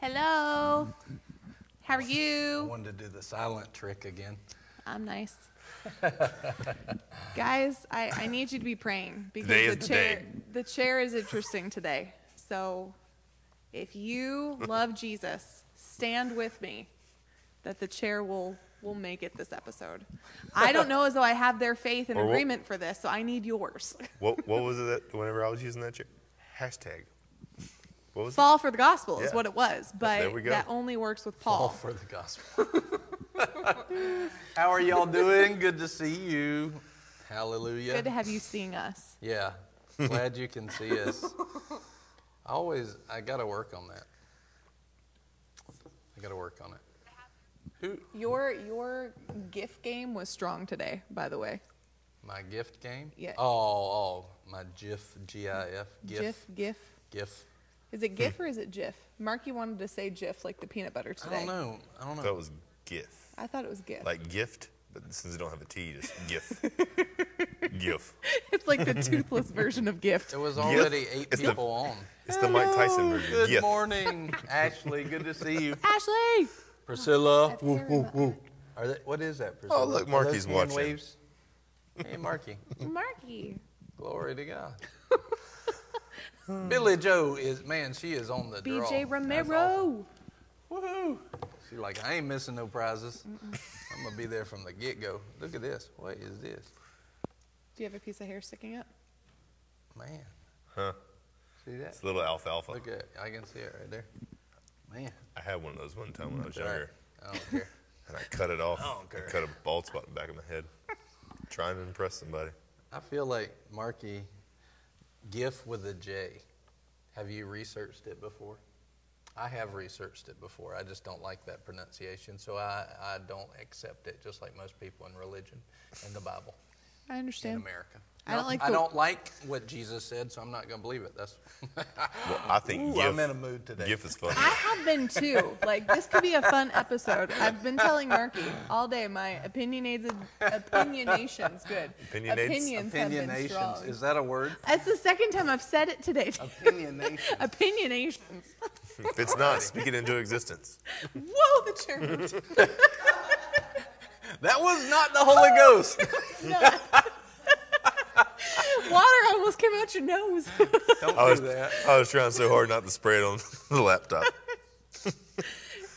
Hello. How are I you? wanted to do the silent trick again. I'm nice. Guys, I, I need you to be praying because Today the is the chair day. the chair is interesting today. So if you love Jesus, stand with me that the chair will will make it this episode. I don't know as though I have their faith and Or what- agreement for this, so I need yours. What what was it that whenever I was using that chair? Hashtag. What was Fall for the gospel is Yeah. what it was, but we go. that only works with Paul. All for the gospel. How are y'all doing? Good to see you. Hallelujah. Good to have you seeing us. yeah. Glad you can see us. I always I gotta work on that. I gotta work on it. Who Your your gift game was strong today, by the way. my gift game? Yeah. Oh, oh my GIF G I F GIF, GIF GIF. GIF. Is it GIF or is it GIF? Mark, you wanted to say GIF like the peanut butter I today. don't know. I don't it? know. That was GIF. I thought it was GIF. Like gift, but since it don't have a T, just GIF. GIF. it's like the toothless version of gift. It was already eight It's the- people on. It's the Mike Tyson version. Good GIF. morning, Ashley. Good to see you. Ashley. Priscilla. I've woo, heard woo, about woo. Are they, what is that, Priscilla? Oh, look, Are those Marky's hand watching. Waves? Hey, Marky. Marky. Glory to God. Hmm. Billy Joe is, man, she is on the draw. BJ That's awesome. Romero. Woohoo. She's like, I ain't missing no prizes. I'm going to be there from the get go. Look at this. What is this? Do you have a piece of hair sticking up? Man. Huh. See that? It's a little alfalfa. Look at it. I can see it right there. Man. I had one of those one time when I was All right. younger, I don't care. and I cut it off. Oh, okay. I cut a bald spot in the back of my head, trying to impress somebody. I feel like Marky, GIF with a J. Have you researched it before? I have researched it before. I just don't like that pronunciation, so I, I don't accept it, just like most people in religion and the Bible I in understand. America. I don't No, like I the- don't like what Jesus said, so I'm not going to believe it. That's Well, I think Ooh, GIF. I'm in a mood today. GIF is funny. I have been too. Like this could be a fun episode. I've been telling Marky all day my opinionated opinionation's good. Opinionates? Opinions have been opinionations. strong. Is that a word? That's the second time I've said it today. Opinionations. Opinionations. If it's not, speak it into existence. Whoa, the chair moved. that was not the Holy Ghost. Water almost came out your nose. don't I was, do that. I was trying so hard not to spray it on the laptop.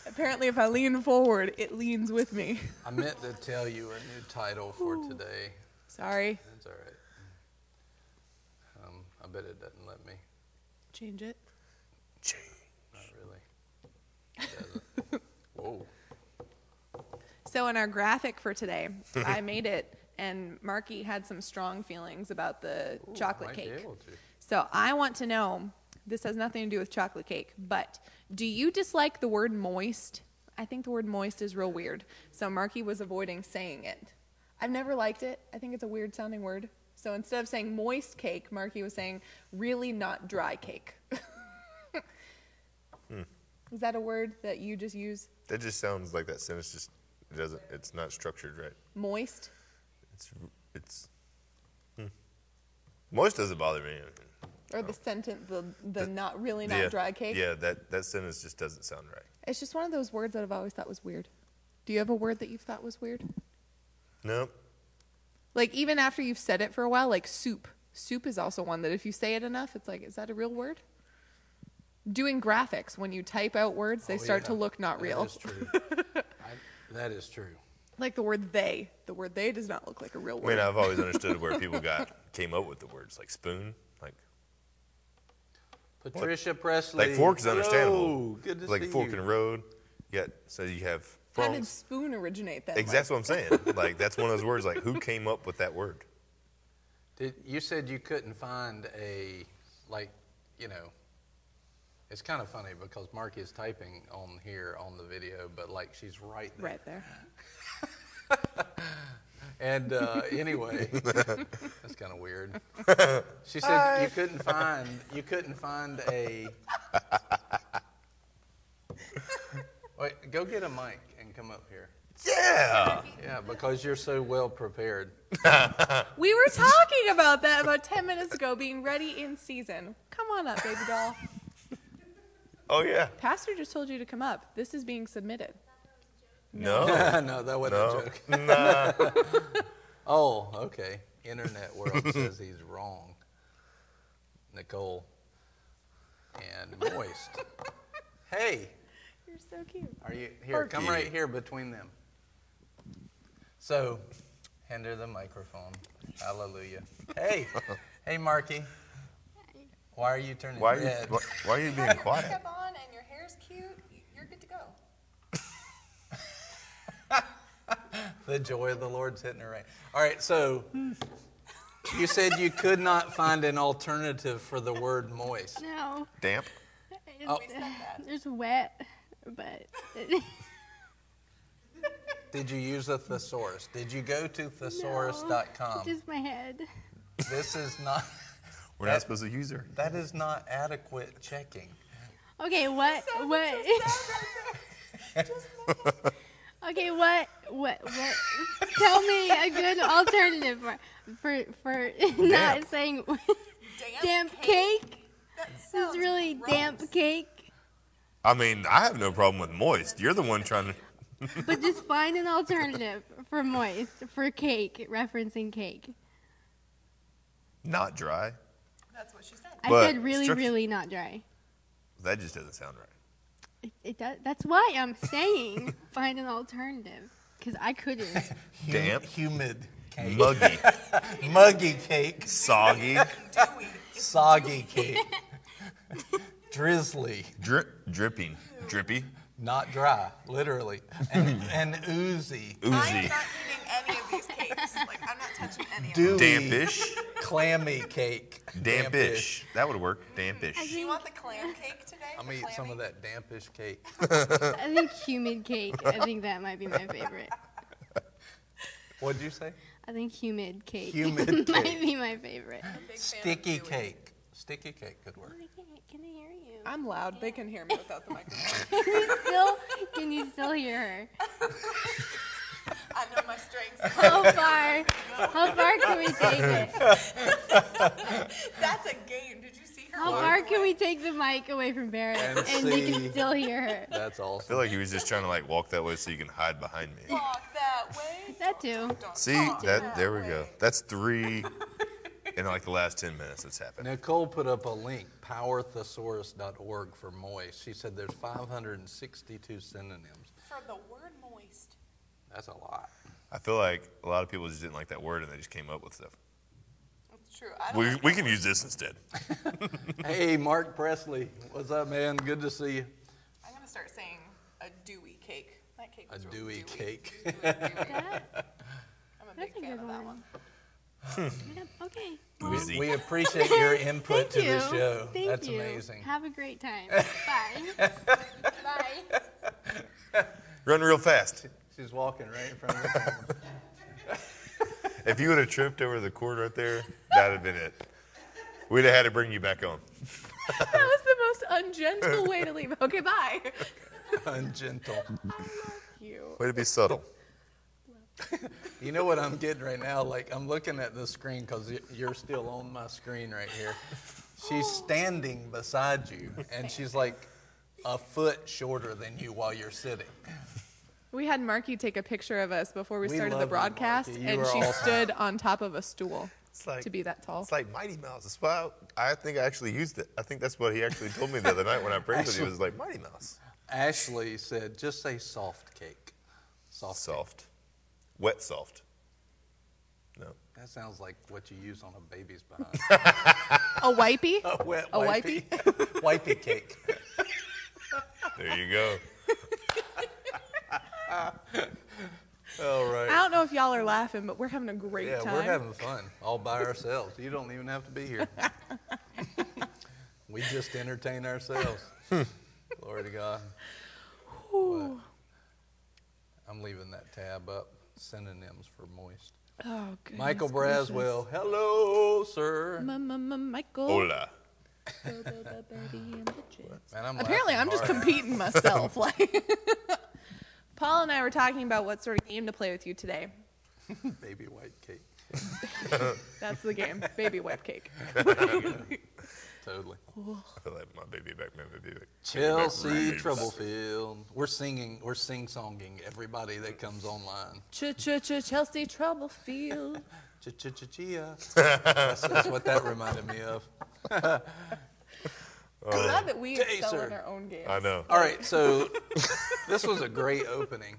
Apparently, if I lean forward, it leans with me. I meant to tell you a new title for today. Sorry. That's all right. Um, I bet it doesn't let me. Change it. Not really. It doesn't. Whoa. So, in our graphic for today, I made it, and Marky had some strong feelings about the Ooh, I chocolate might be cake. able to. So, I want to know this has nothing to do with chocolate cake, but do you dislike the word moist? I think the word moist is real weird. So, Marky was avoiding saying it. I've never liked it. I think it's a weird sounding word. So, instead of saying moist cake, Marky was saying really not dry cake. Hmm. Is that a word that you just use? That just sounds like that sentence just it doesn't. It's not structured right. Moist? It's it's. Hmm. Moist doesn't bother me. Or the sentence, the, the not really not yeah, dry cake. Yeah, that that sentence just doesn't sound right. It's just one of those words that I've always thought was weird. Do you have a word that you've thought was weird? Nope. Like even after you've said it for a while, like soup. Soup is also one that if you say it enough, it's like, is that a real word? Doing graphics when you type out words, they Oh, start yeah. to look not real. That is true. I, that is true. Like the word they. The word they does not look like a real I uh, mean, word. I've always understood where people got came up with the words like spoon, like Patricia Presley. like forks is understandable. Hello. Good to like see fork you. and road. You got so you have How did prongs. spoon originate then? Exactly what I'm saying. like that's one of those words. Like who came up with that word? Did, you said you couldn't find a, like, you know, it's kind of funny because Mark is typing on here on the video, but like she's right there. Like, right there. And uh, anyway, that's kind of weird. She said you couldn't find you couldn't find a. Wait, go get a mic and come up here. Yeah. Yeah, because you're so well prepared. We were talking about that about 10 minutes ago, being ready in season. Come on up, baby doll. Oh yeah. Pastor just told you to come up. This is being submitted. No. no, that wasn't a No. joke. Nah. Oh, okay. Internet world says he's wrong. Nicole and Moist. hey, You're so cute. are you here? Come Porky. right here between them. So, hand her the microphone. Hallelujah. Hey, hey, Marky. Why are you turning Why are you red? why, why are you being quiet? on and your hair's cute. You're good to go. The joy of the Lord's hitting her right. All right, so you said you could not find an alternative for the word moist. No, Damp. it's, Oh. it's wet, but it, Did you use a thesaurus? Did you go to thesaurus.com? just my head. This is not We're That- not supposed to use her. that is not adequate checking. Okay, what, what? okay, what, what, what? Tell me a good alternative for for, for not Damp. saying damp cake. This is really damp cake. I mean, I have no problem with moist. You're the one trying to. But just find an alternative for moist for cake, referencing cake. Not dry. I But said really, struct- really not dry. That just doesn't sound right. It, it does, that's why I'm saying find an alternative because I couldn't. Hum- Damp. humid cake, Muggy, muggy cake, soggy, soggy cake, drizzly, drip, dripping, drippy, not dry, literally, and, and oozy, oozy, eating any of these cakes. Like I'm not touching any of dewy, dampish, clammy cake, dampish. That would work. Dampish. Do you want the clam cake today? I'm gonna eat some of that dampish cake. I think humid cake. I think that might be my favorite. What'd you say? I think humid cake Humid might cake. be my favorite. Sticky cake. Sticky cake could work. Can I- Can I hear you? I'm loud. They can hear me without the microphone. Can you still? Can you still hear her? I know my strengths. How far? How far can we take it? That's a game. Did you see her? How walk far can away? we take the mic away from Barrett And and, they see. can still hear her? That's I awesome. feel like he was just trying to like walk that way so you can hide behind me. Walk that way. That too. Don't See talk that? There we way. go. That's three in like the last ten minutes. That's happened. Nicole put up a link, powerthesaurus.org for moist. She said there's 562 synonyms. For the word moist. That's a lot. I feel like a lot of people just didn't like that word and they just came up with stuff. It's true. I don't We like we can use this instead. hey, Mark Presley. What's up, man? Good to see you. I'm gonna start saying a dewy cake. That cake. A was really dewy cake. Dewy, dewy. That, I'm a big that's a fan good of that one. one. Yep, okay. We, Oozy. we appreciate your input Thank to you. the show. Thank That's you. amazing. Have a great time. Bye. Bye. Run real fast. She's walking right in front of her. If you would have tripped over the cord right there, that'd have been it. We'd have had to bring you back on. that was the most ungentle way to leave. Okay, bye. Ungentle. You. Way to be subtle. You know what I'm getting right now? Like, I'm looking at this screen because you're still on my screen right here. She's Oh. standing beside you, and she's like a foot shorter than you while you're sitting. We had Marky take a picture of us before we We started love the you, broadcast, Marky. You and are she awesome. stood on top of a stool It's like to be that tall. It's like Mighty Mouse. That's why I, I think I actually used it. I think that's what he actually told me the other night when I prayed with you. It was like Mighty Mouse. Ashley said, just say soft cake. Soft. cake. Soft. Wet soft. No. That sounds like what you use on a baby's behind. a wipey? a wet A wipey. wipey? wipey cake. There you go. All right. I don't know if y'all are laughing, but we're having a great Yeah, time. we're having fun all by ourselves. You don't even have to be here. we just entertain ourselves. Glory to God. Ooh. I'm leaving that tab up. Synonyms for moist. Oh, goodness Michael gracious. Braswell. Hello, sir. Ma- ma- ma- Michael. Hola. Man, I'm Apparently, laughing I'm just hard. competing myself. Like, Paul and I were talking about what sort of game to play with you today. baby white cake. That's the game, baby web cake. Totally. I feel like my baby back, my baby back. Chelsea Baby back. Troublefield. We're singing, we're sing-songing everybody that comes online. Ch ch ch Chelsea Troublefield. Ch-ch-ch-chia. That's that's what that reminded me of. I'm glad that we Taser. excel in our own games. I know. All right, so this was a great opening.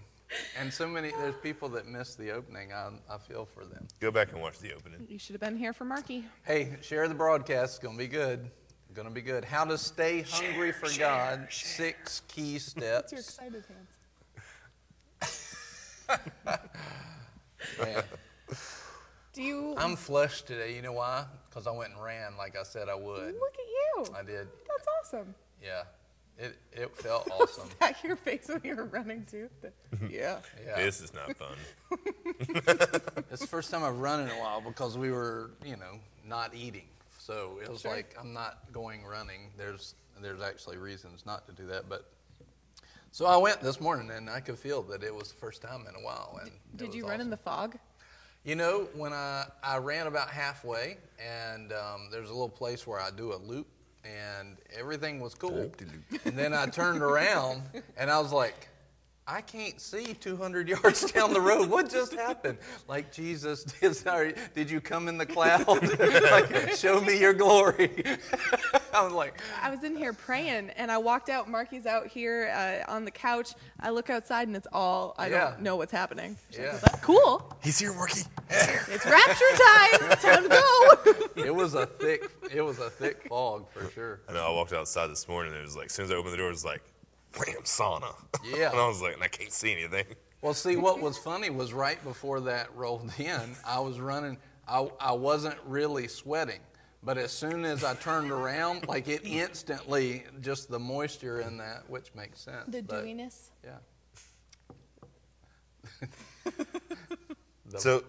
And so many, there's people that missed the opening. I, I feel for them. Go back and watch the opening. you should have been here for Marky. Hey, share the broadcast. It's going to be good. Going to be good. How to stay hungry for God. Six key What's your steps. excited hands? Man, Do you I'm flushed today. You know why? Because I went and ran like I said I would. look at you? I did. That's awesome. Yeah. It, it felt awesome. Was that your face when you were running too? The- yeah. Yeah. This is not fun. It's the first time I've run in a while because we were, you know, not eating. So it was Sure. like I'm not going running. There's there's actually reasons not to do that, but so I went this morning and I could feel that it was the first time in a while. And it Did was you run in awesome. the fog? You know, when I, I ran about halfway, and um, there's a little place where I do a loop, and everything was cool. Loop-de-loop. And then I turned around, and I was like, I can't see 200 yards down the road. What just happened? Like Jesus did. Sorry, did you come in the cloud? like, show me your glory. I was like, I was in here praying, and I walked out. Marky's out here uh, on the couch. I look outside, and it's all I Yeah. don't know what's happening. She's like, Yeah. "That's cool. He's here, Marky. It's rapture time. time to go." it was a thick, it was a thick fog for sure. I know. I walked outside this morning and it was like, as soon as I opened the door, it was like, wham, sauna. Yeah. and I was like, and I can't see anything. Well, see, what was funny was right before that rolled in, I was running. I, I wasn't really sweating, but as soon as I turned around, like it instantly, just the moisture in that, which makes sense. the but, dewiness. Yeah. So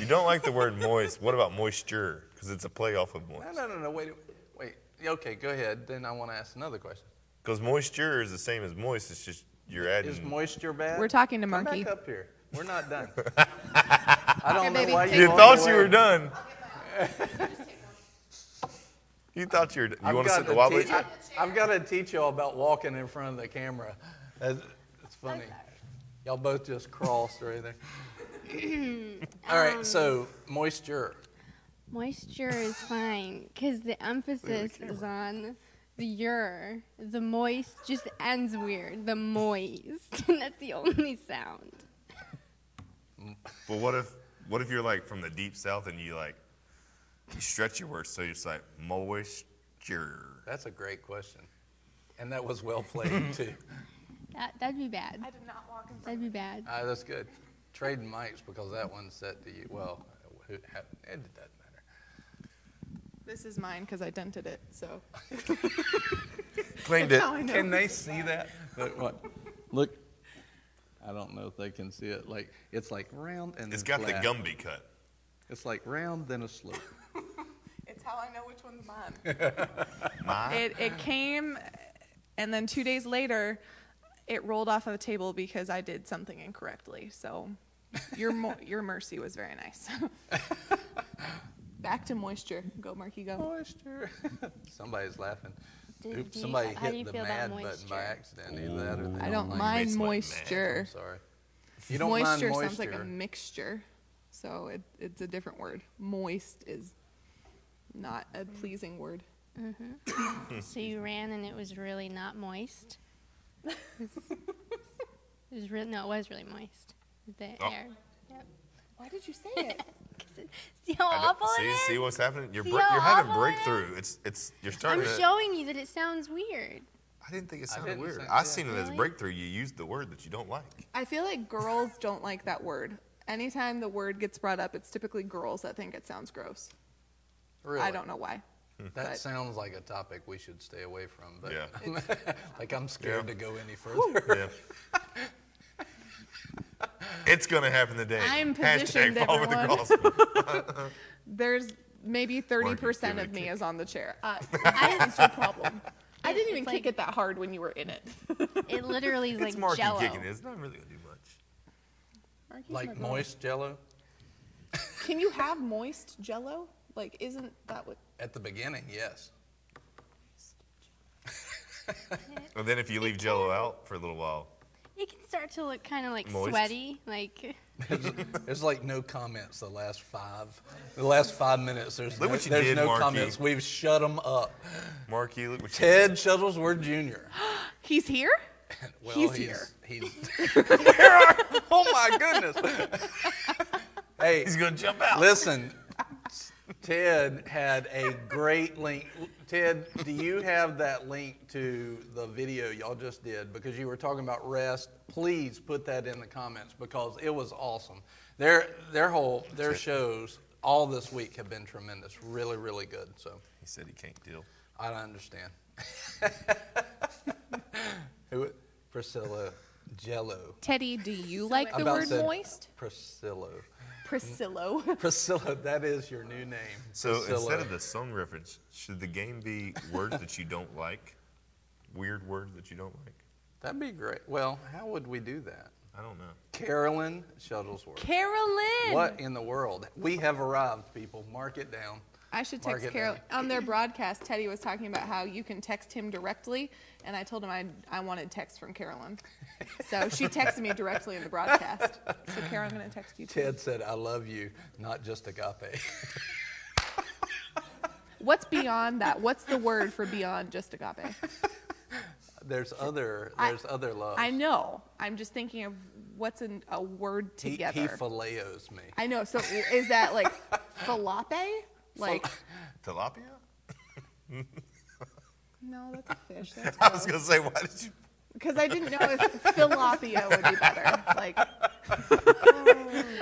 you don't like the word moist. What about moisture? Because it's a play off of No, moist. no, no, no. Wait, wait. Okay, go ahead. Then I want to ask another question. Because moisture is the same as moist. It's just you're adding. Is moisture bad? We're talking to Come Marky. back up here. We're not done. I don't know baby, why take you you All thought walked you were away. done. you thought you were. done. I've You want to got sit in the wobbly? teach- I- I've got to teach y'all about walking in front of the camera. That's, it's funny. Y'all both just crossed right there. All Um, right, so moisture. Moisture is fine because the emphasis is on the your. The moist just ends weird. The moist. That's the only sound. Well, what if what if you're like from the deep south and you like you stretch your words so you're just like moisture. That's a great question. And that was well played, too. That that'd be bad. I did not walk in front That'd be bad. Ah, that's good. Trade mics because that one's set to you. Well, who- ha- it doesn't matter. This is mine because I dented it. So Cleaned it. how I know. Can they see that? Look, what? Look. I don't know if they can see it. Like it's like round and It's then got the flat. Gumby cut. It's like round then a slope. It's how I know which one's mine. it, it came, and then two days later, it rolled off of the table because I did something incorrectly. So your mo- your mercy was very nice. Back to moisture. Go, Marky. Go. moisture. Somebody's laughing. Do- Oops, do you- somebody how do you hit the feel mad about button by moisture? accident. Either that or they I don't like mind makes my it. I'm moisture. sorry. You don't moisture, mind moisture. sounds like a mixture, so it, it's a different word. Moist is not a pleasing word. So you ran and it was really not moist. it was really no, it was really moist. The Oh. air. Yep. Why did you say it? 'Cause it- See how I don't- awful see, it is. see what's happening? You're See bre- how you're having awful it is? breakthrough. It's it's you're starting. I'm to, showing you that it sounds weird. I didn't think it I sounded didn't weird. think- I yeah. seen it as Really? breakthrough. You used the word that you don't like. I feel like girls don't like that word. Anytime the word gets brought up, it's typically girls that think it sounds gross. Really? I don't know why. That but- sounds like a topic we should stay away from. But Yeah. like I'm scared to Yeah. go any further. Yeah. it's gonna happen today. I'm Hashtag positioned, fall with the everyone. cross. There's maybe 30% give it of a me kick. is on the chair. Uh, that's your problem. I didn't even It's kick like- it that hard when you were in it. It literally is It's like Marky jello. kicking. it. It's not really gonna do much. like moist jello Can you have moist jello? Like, isn't that what? at the beginning, yes. And then if you leave Jello out for a little while, It can start to look kind of like Moist. sweaty, like There's like no comments the last five, the last five minutes. There's Look no, what you there's did, no Marky. comments. We've shut them up. Marky, look what you Ted Shuttlesworth Jr. He's here? Well, He's He's, Where are- oh my goodness. hey, He's gonna jump out. listen. Ted had a great link. Ted, do you have that link to the video y'all just did? Because you were talking about rest. Please put that in the comments because it was awesome. Their their whole their shows all this week have been tremendous. Really, really good. So He said he can't deal. I don't understand. Who? Priscilla Jello. Teddy, do you like the about word said- moist? Priscilla. Priscillo. Priscilla, that is your new name. So Priscilla. instead of the song reference, should the game be words that you don't like? Weird word that you don't like? That'd be great. Well, how would we do that? I don't know. Carolyn Shuttlesworth. Carolyn. What in the world? We have arrived, people. Mark it down. I should Mark text it Carol. down. On their broadcast, Teddy was talking about how you can text him directly, and I told him I, I wanted text from Carolyn. So she texted me directly in the broadcast. So, Carol, I'm going to text you too. Ted said, I love you, not just agape. What's beyond that? What's the word for beyond just agape? there's other I- there's other love. I know. I'm just thinking of what's an, a word he, he together. fileos me. I know. So is that like falape? Like Tilapia? no, that's a fish. That's I was gonna say, why did you? because I didn't know if tilapia would be better. Like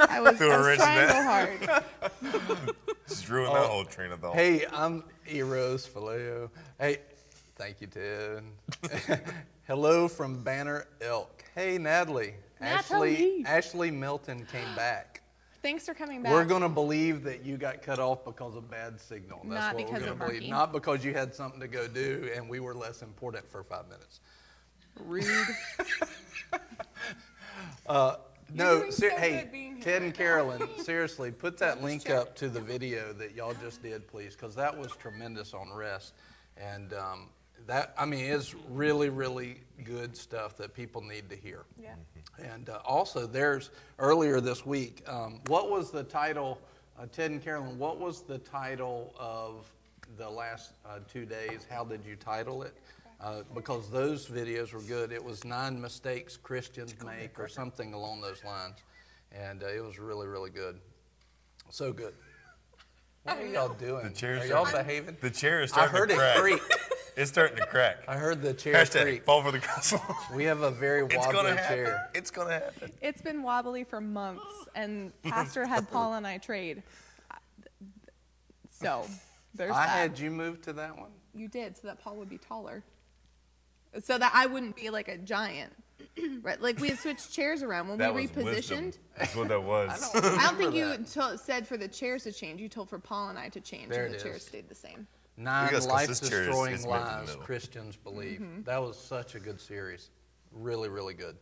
I was, Threw I a was wrench trying in so hard. Just ruined that whole train of thought. Oh, Hey, I'm Eros Fileo. Hey, thank you, Ted. Hello from Banner Elk. Hey, Natalie. Ashley, Natalie. Ashley Milton came back. Thanks for coming back. We're going to believe that you got cut off because of bad signal. That's Not what because we're of going to believe. Marky. Not because you had something to go do and we were less important for five minutes. rude. No, doing ser- so hey, good being here Ted right and Carolyn, seriously, put that link up to the video that y'all just did, please, because that was tremendous on rest. And um, that, I mean, it's really, really good stuff that people need to hear. Yeah. And uh, also, there's earlier this week, um, what was the title, uh, Ted and Carolyn, what was the title of the last uh, two days? How did you title it? Uh, because those videos were good. It was Nine Mistakes Christians Make or something along those lines. And uh, it was really, really good. So good. What are y'all doing? The chairs are y'all starting- behaving? The chair is I starting heard to it crack. creak. It's starting to crack. I heard the chair Hashtag creak. fall for the castle. We have a very it's gonna wobbly happen. chair. It's gonna happen. It's been wobbly for months, and Pastor had Paul and I trade. So there's I that. had you move to that one. you did so that Paul would be taller, so that I wouldn't be like a giant. Right, like we had switched chairs around when That we was wisdom. repositioned. That's what that was. I don't I don't think remember you that. to- said for the chairs to change. You told for Paul and I to change, There and the it chairs is. stayed the same. Nine Because life this chair is- destroying is meant for the lies middle. Christians believe. That was such a good series. Really, really good.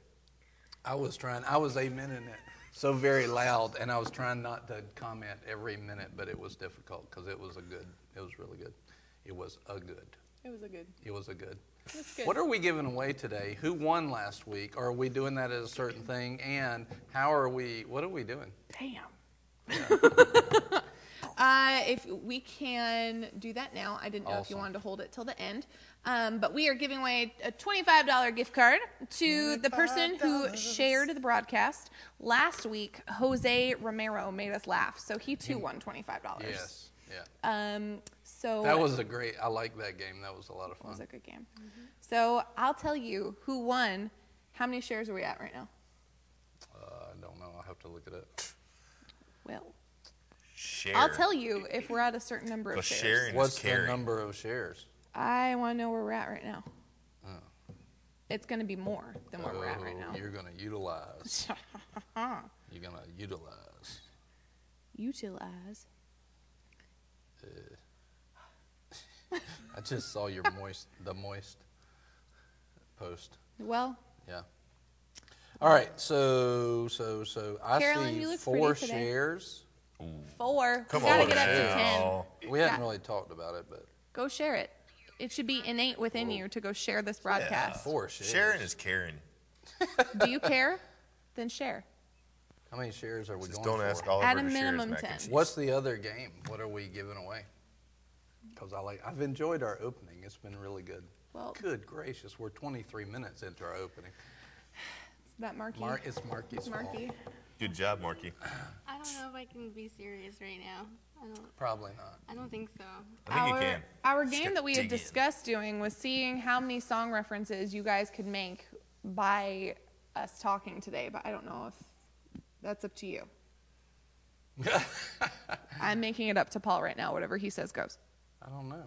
I was trying, I was amening it so very loud, and I was trying not to comment every minute, but it was difficult because it was a good, it was really good. It was a good. It was a good. It was a good. That's good. What are we giving away today? Who won last week? Are we doing that as a certain thing? And how are we, what are we doing? Damn. uh, if we can do that now, I didn't know if you Awesome. wanted to hold it till the end, um, but we are giving away a twenty-five dollar gift card to the person who shared the broadcast last week. Jose Romero made us laugh, so he too won twenty-five dollars. Yes. Yeah. Um. So That was a great, I like that game. That was a lot of that fun. was a good game. So I'll tell you who won. How many shares are we at right now? Uh, I don't know. I'll have to look it up. Well, Share. I'll tell you if we're at a certain number of But shares. sharing is What's the caring. number of shares? I want to know where we're at right now. Oh. It's going to be more than where we're at right now. You're gonna utilize. you're gonna utilize. Utilize. I just saw your moist, the moist post. Well, Yeah. All right. So, so, so I Carolyn, see you look four pretty today. shares. four. Come we gotta on get up to now. ten. We hadn't Yeah. really talked about it, but Go share it. it should be innate within you to go share this broadcast. Four shares. Sharon is Karen. Do you care? Then share. How many shares are we Just going don't for? ask Oliver At a to share his minimum mac and 10. cheese. What's the other game? What are we giving away? Because I like, I've enjoyed our opening. It's been really good. Well- good gracious, we're 23 minutes into our opening. Is that Marky? Mar- it's Marky's fault. Marky. Good job, Marky. I I don't know if I can be serious right now. I don't. Probably not. I don't think so. think you our, can. our game gotta that we had dig in. discussed doing was seeing how many song references you guys could make by us talking today, but I don't know if that's up to you. I'm making it up to Paul right now. Whatever he says goes. I don't know.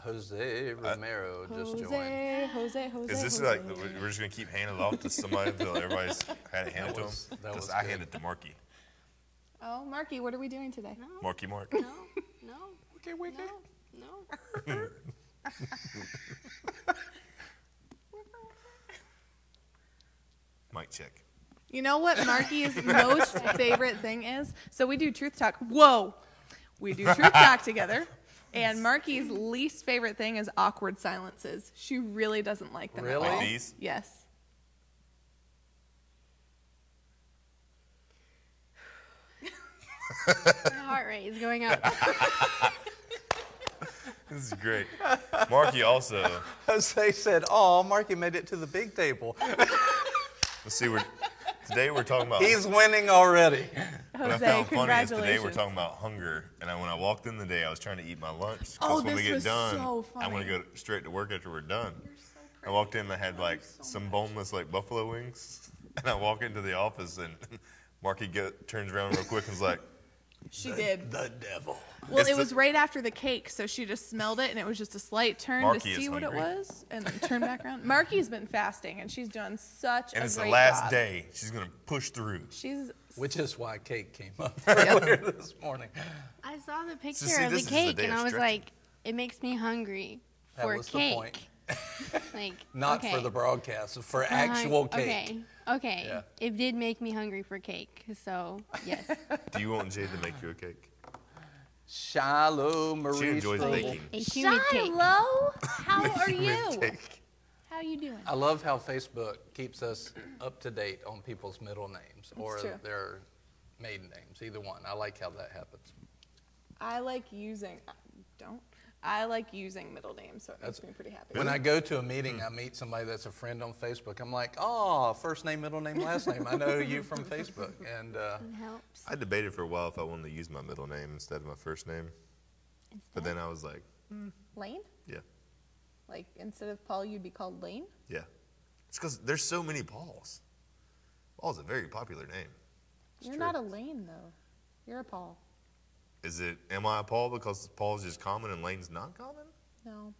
Jose Romero just joined. Jose, Jose, Jose. Is this Jose. like we're we're just gonna keep handing it off to somebody until everybody's had it handed to them? was- that was I good. hand it to Marky. Oh, Marky, what are we doing today? Marky Mark. No, no, Okay, wait. no, no. Mic check. You know what Marky's most favorite thing is? So we do truth talk. Whoa. We do truth talk together. And Marky's least favorite thing is awkward silences. She really doesn't like them. at Really? all. Like these? Yes. My heart rate is going up. This is great. Marky also. Jose said, "Oh, Marky made it to the big table. Let's see. We're today we're talking about. He's winning already." what I Jose, found funny is congratulations. today we're talking about hunger, and I, when I walked in today, I was trying to eat my lunch. 'cause Oh, when this we get was done, so I want funny. to go straight to work after we're done. I walked in, and I had like some boneless like buffalo wings, and I walk into the office, and Marky go, turns around real quick and is like, she did. The devil. Well, It's it the- was right after the cake, so she just smelled it, and it was just a slight turn Marky to is see what it hungry. was, and then turn back around. Marky's been fasting, and she's done such and a it's the great last job. day. She's gonna push through. She's Which is why cake came up Yep. earlier this morning. I saw the picture see, of this is the the cake, day and of I was stretching. like, it makes me hungry That for was the cake. point. Like Not okay. for the broadcast, for I'm hung- actual cake. Okay, okay. Yeah. It did make me hungry for cake, so yes. Do you want Jade to make you a cake? Shiloh Marie. She enjoys Strobel. baking. A humid cake. how are you? Cake. How you doing? I love how Facebook keeps us up to date on people's middle names or true. their maiden names, either one. I like how that happens. I like using. uh, Don't. I like using middle names, so it makes me pretty happy. When I go to a meeting, I meet somebody that's a friend on Facebook. I'm like, oh, first name, middle name, last name. I know you from Facebook. And uh, It helps. I debated for a while if I wanted to use my middle name instead of my first name, but then I was like, Lane? yeah, Like instead of Paul, you'd be called Lane. yeah. It's because there's so many Pauls. Paul's a very popular name. You're not a Lane though. You're a Paul. Is it? Am I a Paul because Paul's just common and Lane's not common? No.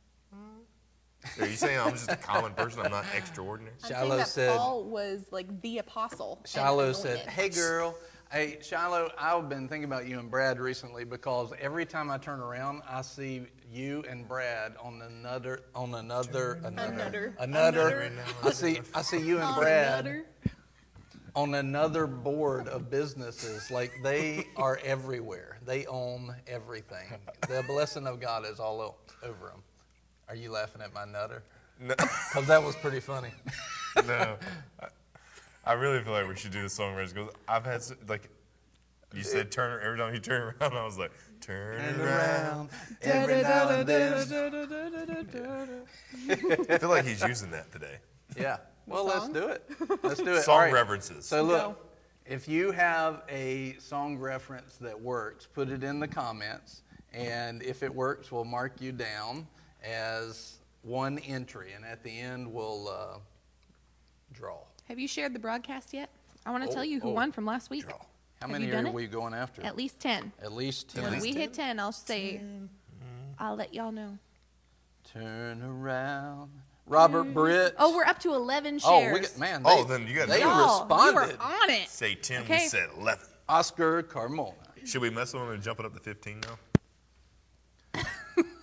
Are you saying I'm just a common person? I'm not extraordinary. I'm Shiloh saying that said- Paul was like the apostle. and Shiloh anointed. said, hey, girl. Hey, Shiloh, I've been thinking about you and Brad recently because every time I turn around, I see you and Brad on another, on another, another, Another. another. I see, I see you and On Brad another- on another board of businesses. Like they are everywhere. They own everything. The blessing of God is all o- over them. Are you laughing at my nutter? No, Because that was pretty funny. no. I, I really feel like we should do this song because I've had s- like you said turn every time you turn around, I was like turn around. every now and then. I feel like he's using that today. Yeah. Well, let's songs? do it. Let's do it. Song All right. references. So look, Go. if you have a song reference that works, put it in the comments, and if it works, we'll mark you down as one entry, and at the end we'll uh, draw. Have you shared the broadcast yet? I want to Oh, tell you who oh, won from last week. How Have many you done are it? we going after? At least ten. At least ten. When we hit ten, I'll say. I'll let y'all know. Turn around, Robert Britt. Oh, we're up to eleven shares. Oh, we got, man. They, Oh, then you gotta they do it. Y'all, responded. You were on it. Say ten, we Okay. said eleven. Oscar Carmona. Should we mess with him and jump it up to fifteen now?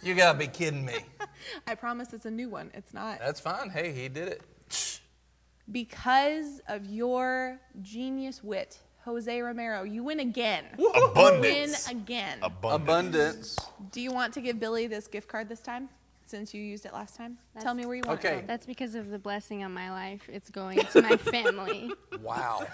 You gotta be kidding me. I promise it's a new one. It's not. That's fine. Hey, he did it. Because of your genius wit, Jose Romero, you win again. You win Abundance. again. Abundance. Abundance. Do you want to give Billy this gift card this time? since you used it last time. That's- Tell me where you want Okay. it from. That's because of the blessing on my life. It's going to my family. Wow.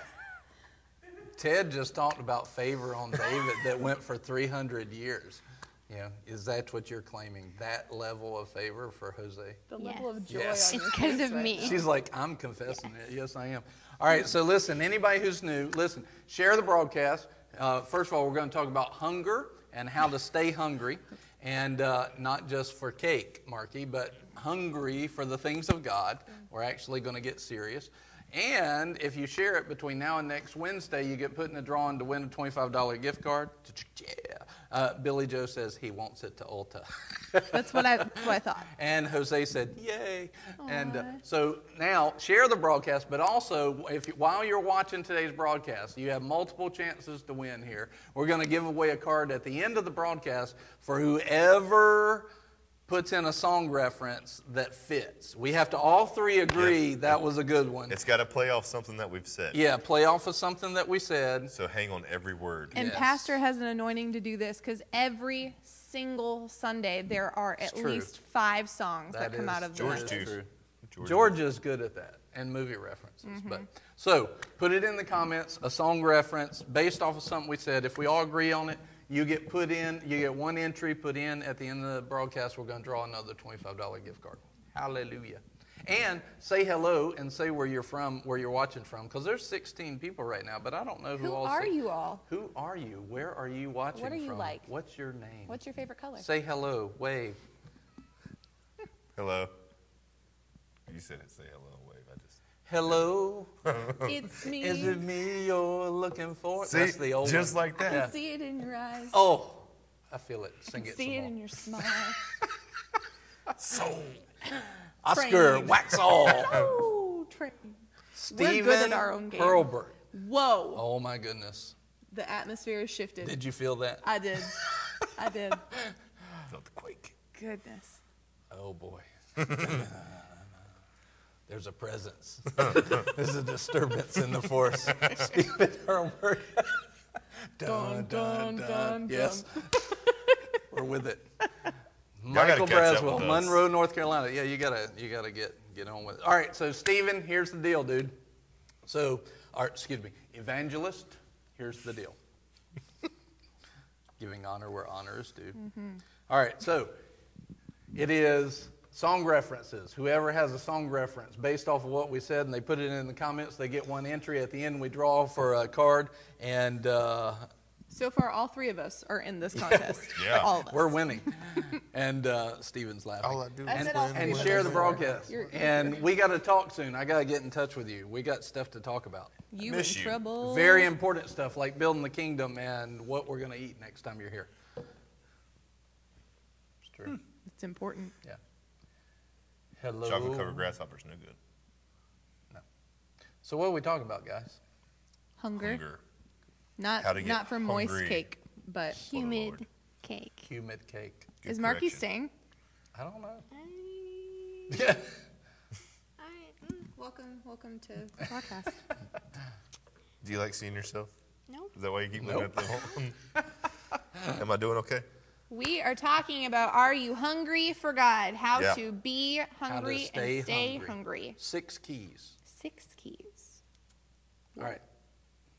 Ted just talked about favor on David that went for 300 years. You know, is that what you're claiming? That level of favor for Jose? The Yes. level of joy Yes. It's on your because face of right me. She's like, I'm confessing it. Yes, I am. All right, so listen, anybody who's new, listen, share the broadcast. Uh, first of all, we're going to talk about hunger and how to stay hungry, and uh, not just for cake, Marky, but hungry for the things of God. We're actually going to get serious. And if you share it between now and next Wednesday, you get put in a drawing to win a $25 gift card. Yeah. Uh, Billy Joe says he wants it to Ulta. That's what I, that's what I thought. And Jose said, "Yay!" And uh, so now share the broadcast, but also if you, while you're watching today's broadcast, you have multiple chances to win here. We're going to give away a card at the end of the broadcast for whoever puts in a song reference that fits. We have to all three agree Yeah. that was a good one. It's got to play off something that we've said. yeah, play off of something that we said. So hang on every word. And Yes. Pastor has an anointing to do this because every single Sunday there are It's at true. least five songs That that, come is out of the true. George message. Juice. True. George. Georgia's good at that and movie references. Mm-hmm. But so put it in the comments, a song reference based off of something we said. If we all agree on it, you get put in, you get one entry put in at the end of the broadcast, we're gonna draw another twenty five dollar gift card. Hallelujah. And say hello and say where you're from, where you're watching from, because there's 16 people right now, but I don't know who, Who all. are see- you all? Who are you? Where are you watching are you from? like? What's your name? What's your favorite color? say hello, wave. Hello. You said it. Say hello, wave. I just. Hello, it's me. Is it me you're looking for? See, That's the old just one. like that. Yeah. See it in your eyes. Oh, I feel it. Sing it See it some in more. your smile. So Oscar brain. Waxall. oh, train. Steven good at our own game. Perlberg. Whoa. Oh my goodness. The atmosphere has shifted. Did you feel that? I did. I did. felt the quake. Goodness. Oh boy. There's a presence. There's a disturbance in the force. Stephen Herberg. dun, dun, dun, Dun, dun, dun, Yes. We're with it. gotta Michael catch up Braswell, with us. Monroe, North Carolina. Yeah, you gotta you gotta get get on with it. All right, so Stephen, here's the deal, dude. So, or excuse me, evangelist. Here's the deal. Giving honor where honor is due. Mm-hmm. All right, so it is song references. Whoever has a song reference based off of what we said and they put it in the comments, they get one entry. At the end, we draw for a card, and uh, So far, all three of us are in this contest. Yeah. All of us. we're winning. and uh, Steven's laughing. do I is said I'll win, and win, share win. the broadcast. You're- And we got to talk soon. I got to get in touch with you. We got stuff to talk about. you in miss you. trouble. Very important stuff like building the kingdom and what we're going to eat next time you're here. It's true. It's important. Yeah. Hello. Chocolate covered grasshoppers, no good. So what are we talking about, guys? Hunger. Hunger. Not How to get not for moist hungry. cake, but Oh, Humid Lord. cake. Humid cake. Good is Marky correction. staying? I don't know. I, Yeah. I, mm, Welcome, welcome to podcast. Do you like seeing yourself? No. Is that why you keep Nope. looking at the Am I doing okay? We are talking about are you hungry for God? How Yeah. to be hungry stay and stay hungry. hungry. Six keys. Six keys. All right.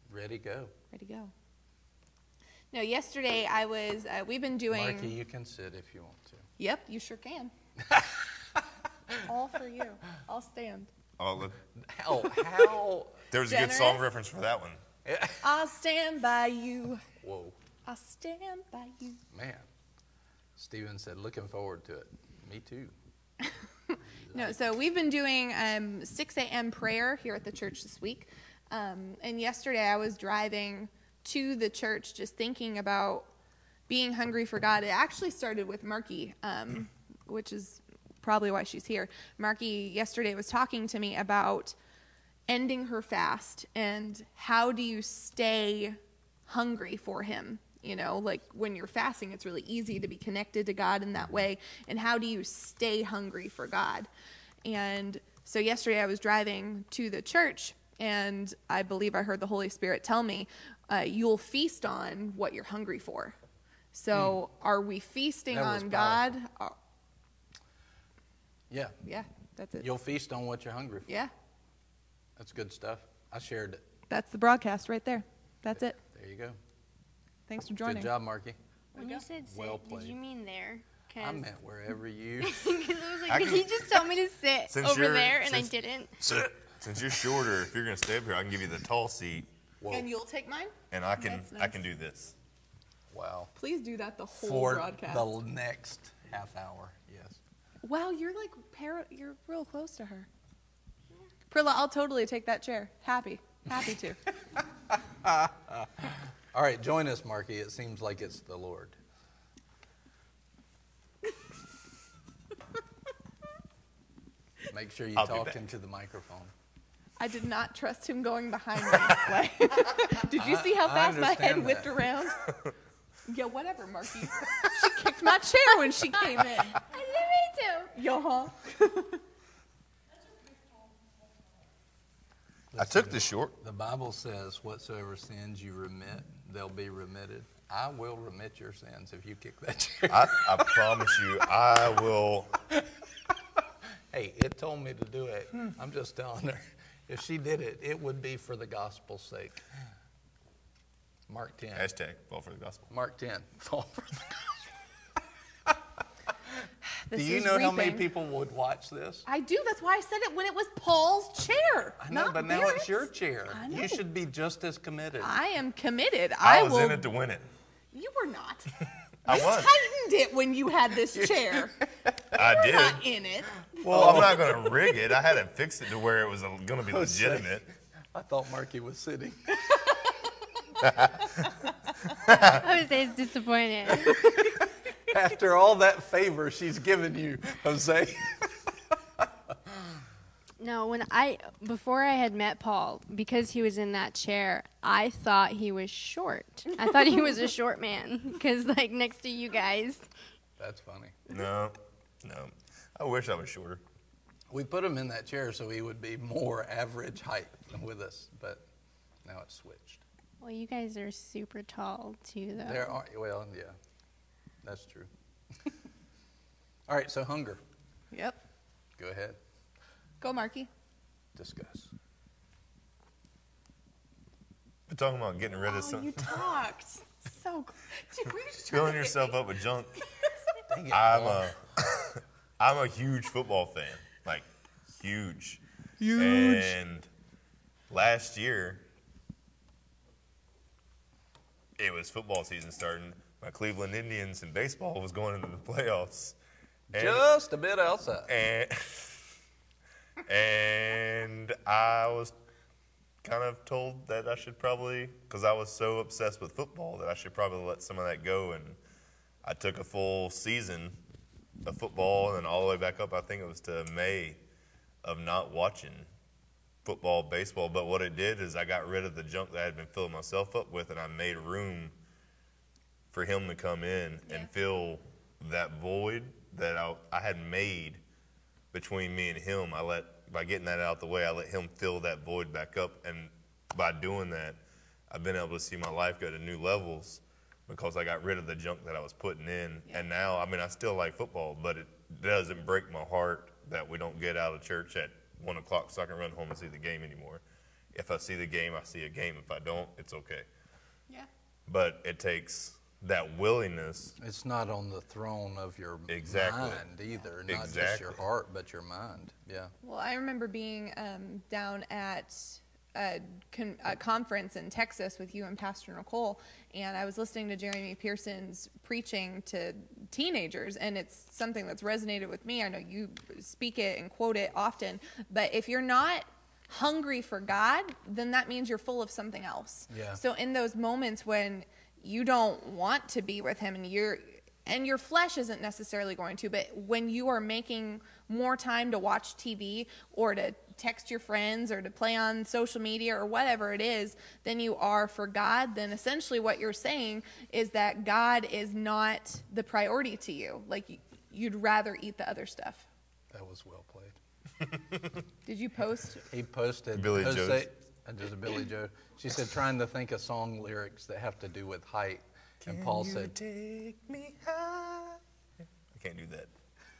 Ready, go. Ready to go. No, yesterday I was. Uh, we've been doing. Marky, you can sit if you want to. Yep, you sure can. all for you. I'll stand. Oh, look, How? How? there was a good song Generous? reference for that one. I'll stand by you. Whoa. I'll stand by you. Man, Steven said, looking forward to it. Me too. No, so we've been doing um, 6 a.m. prayer here at the church this week. Um, and yesterday I was driving to the church just thinking about being hungry for God. It actually started with Marky, um, which is probably why she's here. Marky yesterday was talking to me about ending her fast and how do you stay hungry for him you know like when you're fasting it's really easy to be connected to god in that way and how do you stay hungry for god and so yesterday i was driving to the church and i believe i heard the holy spirit tell me uh, you'll feast on what you're hungry for so are we feasting That Hmm. was on god Are- Yeah. Oh, Yeah, that's it. You'll feast on what you're hungry for. yeah, That's good stuff. I shared it. that's the broadcast right there. That's it. There you go. Thanks for joining. Good job, Marky. When you said sit, Well did played. you mean there? I meant wherever you. Because I was like, I did can- he just tell me to sit Since over you're- there, and I since- didn't? Sit. Since you're shorter, if you're gonna stay up here, I can give you the tall seat, Whoa. And you'll take mine? and I can That's I nice. can do this. Wow. Please do that the whole For broadcast. the next half hour. Yes. wow, you're like para- you're real close to her. Prilla, I'll totally take that chair. Happy, happy to. All right, join us, Marky. It seems like it's the Lord. Make sure you I'll be talk back. into the microphone. I did not trust him going behind me. Like, did you see how I fast my head understand whipped that. around? yeah, whatever, Marky. she kicked my chair when she came in. I did me too. Yo, huh? I took the short. The Bible says, whatsoever sins you remit, they'll be remitted. I will remit your sins if you kick that chair. I, I promise you, I will. Hey, it told me to do it. Hmm. I'm just telling her. If she did it, it would be for the gospel's sake. Mark 10. Hashtag fall for the gospel. Mark 10. Fall for the This Do you is know how many reaping. people would watch this? I do. That's why I said it when it was Paul's chair. I know, not but now theirs. it's your chair. I know. You should be just as committed. I am committed. I, I, was will. in it to win it. You were not. I you was. tightened it when you had this chair. I You're not did. in it. Well, I'm not gonna rig it. I had to fix it to where it was gonna be Jose. legitimate. I thought Marky was sitting. Jose is disappointed. After all that favor she's given you, Jose. No, when I before I had met Paul, because he was in that chair, I thought he was short. I thought he was a short man because, like, next to you guys, That's funny. No, no. I wish I was shorter. We put him in that chair so he would be more average height with us, but now it's switched. well, you guys are super tall too, though. There are, well, yeah, that's true. all right, so hunger. Yep. Go ahead, Go, Marky. discuss. We're talking about getting rid of Oh, something, you talked. So cl- Dude, were you just trying filling to get yourself me? up with junk. Dang it, I'm Paul. a, I'm a huge football fan, like huge. Huge. And last year, it was football season starting. My Cleveland Indians in baseball was going into the playoffs. And, just a bit outside. and, and I was kind of told that I should probably, because I was so obsessed with football, that I should probably let some of that go. And I took a full season of football and then all the way back up, I think it was to May, of not watching football, baseball. But what it did is I got rid of the junk that I had been filling myself up with and I made room for him to come in and fill that void that I, I had made between me and him. I let by getting that out the way, I let him fill that void back up, and by doing that, I've been able to see my life go to new levels because I got rid of the junk that I was putting in, and now I mean I still like football, but it doesn't break my heart that we don't get out of church at one o'clock so I can run home and see the game anymore. If I see the game, I see a game. If I don't, it's okay. Yeah. But it takes that willingness It's not on the throne of your Exactly. mind either, not just your Exactly. heart, but your mind. Yeah. Well, I remember being um, down at a, con- a conference in Texas with you and Pastor Nicole, and I was listening to Jeremy Pearson's preaching to teenagers, and it's something that's resonated with me. I know you speak it and quote it often, but if you're not hungry for God, then that means you're full of something else. Yeah. So in those moments when you don't want to be with him and you're and your flesh isn't necessarily going to, but when you are making more time to watch TV or to text your friends or to play on social media or whatever it is than you are for God, then essentially what you're saying is that God is not the priority to you. Like y- you'd rather eat the other stuff. That was well played. Did you post? He posted Billy Jose, Joe's. uh, just a Billy Joe. She said, trying to think of song lyrics that have to do with height. And Paul said, take me high. I can't do that.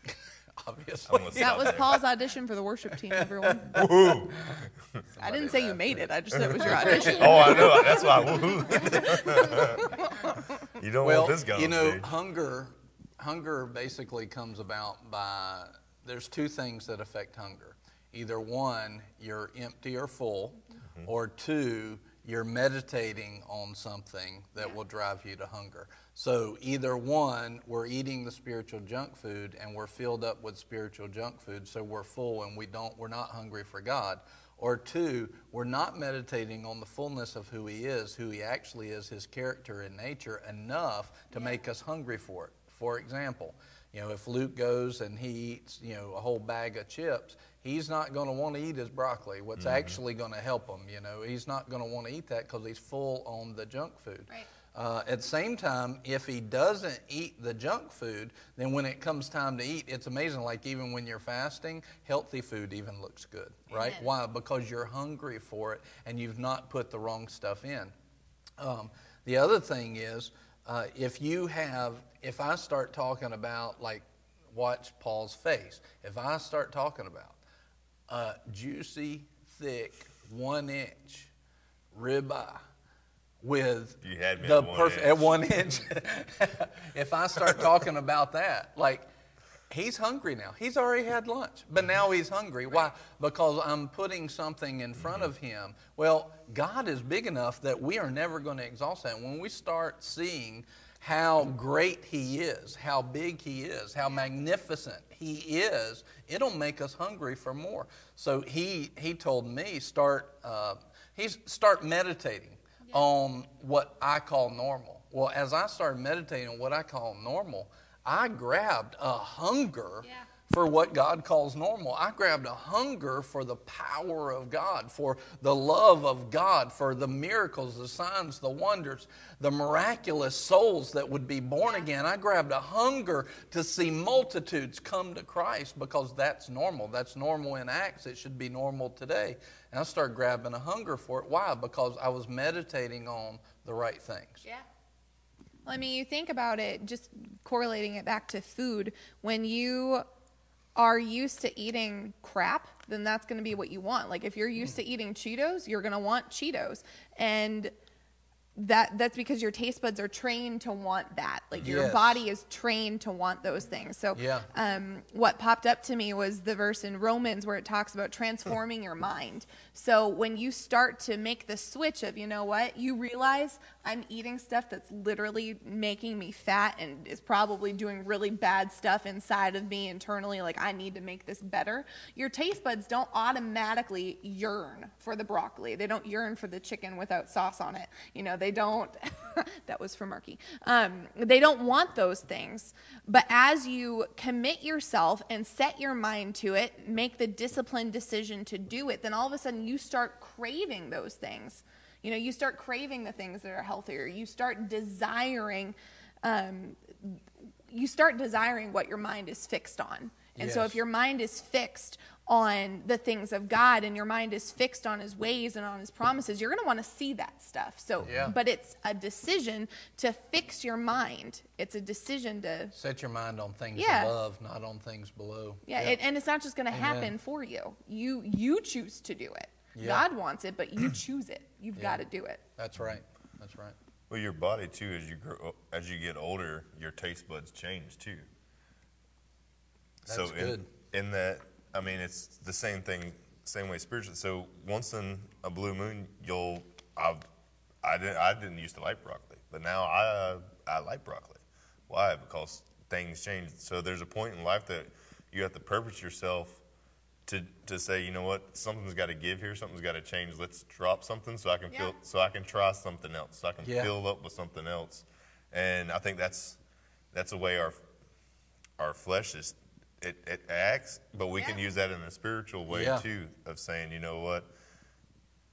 obviously. gonna That stop was there. Paul's audition for the worship team, everyone. Woohoo! I didn't say you made it. I just said it was your audition. Oh, I know. That's why. I Woohoo! you don't Well, want this guy you on know, stage. hunger, hunger basically comes about by there's two things that affect hunger. Either one, you're empty or full, or two, you're meditating on something that will drive you to hunger. So either one, we're eating the spiritual junk food and we're filled up with spiritual junk food, so we're full and we don't we're not hungry for God. Or two, we're not meditating on the fullness of who he is, who he actually is, his character and nature enough to make us hungry for it. For example, you know, if Luke goes and he eats, you know, a whole bag of chips, he's not going to want to eat his broccoli. What's actually going to help him, you know, he's not going to want to eat that because he's full on the junk food. Right. Uh, at the same time, if he doesn't eat the junk food, then when it comes time to eat, it's amazing. Like even when you're fasting, healthy food even looks good, right? Why? Because you're hungry for it and you've not put the wrong stuff in. Um, the other thing is, uh, if you have, if I start talking about, like, watch Paul's face, if I start talking about uh, juicy, thick, one inch ribeye with You had me the at one perf- inch. at one inch. if I start talking about that, like he's hungry now. He's already had lunch, but now he's hungry. Why? Because I'm putting something in front Mm-hmm. of him. Well, God is big enough that we are never going to exhaust that. When we start seeing how great he is, how big he is, how magnificent he is, it'll make us hungry for more. So he he told me start uh, he's start meditating on what I call normal. Well, as I started meditating on what I call normal, I grabbed a hunger for what God calls normal. I grabbed a hunger for the power of God, for the love of God, for the miracles, the signs, the wonders, the miraculous souls that would be born again. I grabbed a hunger to see multitudes come to Christ because that's normal. That's normal in Acts. It should be normal today. And I started grabbing a hunger for it. Why? Because I was meditating on the right things. Yeah. I mean, you think about it, just correlating it back to food. When you are used to eating crap, then that's going to be what you want. Like if you're Mm. used to eating Cheetos, you're going to want Cheetos, and that that's because your taste buds are trained to want that. Like your Yes. body is trained to want those things. So Yeah. um, what popped up to me was the verse in Romans where it talks about transforming your mind. So when you start to make the switch of, you know what, you realize I'm eating stuff that's literally making me fat and is probably doing really bad stuff inside of me internally, like I need to make this better. Your taste buds don't automatically yearn for the broccoli. They don't yearn for the chicken without sauce on it. You know, they don't, that was for Marky. Um, they don't want those things. But as you commit yourself and set your mind to it, make the disciplined decision to do it, then all of a sudden you start craving those things. You know, you start craving the things that are healthier. You start desiring, um, you start desiring what your mind is fixed on. And so Yes. if your mind is fixed on the things of God and your mind is fixed on his ways and on his promises, you're going to want to see that stuff. So Yeah. but it's a decision to fix your mind. It's a decision to Set your mind on things Yeah. above, not on things below. yeah, And, and it's not just going to Amen. happen for you. You you choose to do it. Yeah. God wants it, but you choose it. You've Yeah. got to do it. That's right. That's right. Well, your body too, as you grow, as you get older, your taste buds change too. so That's in, good. in that, I mean, it's the same thing, same way spiritually. So once in a blue moon, you'll, I've, I didn't, I didn't used to like broccoli, but now I, I like broccoli. Why? Because things change. So there's a point in life that you have to purpose yourself to to say, you know what, something's got to give here, something's got to change. Let's drop something so I can feel, Yeah. so I can try something else, so I can Yeah. fill up with something else. And I think that's that's the way our our flesh is it, it acts, but we can Yeah. use that in a spiritual way Yeah. too of saying, you know what,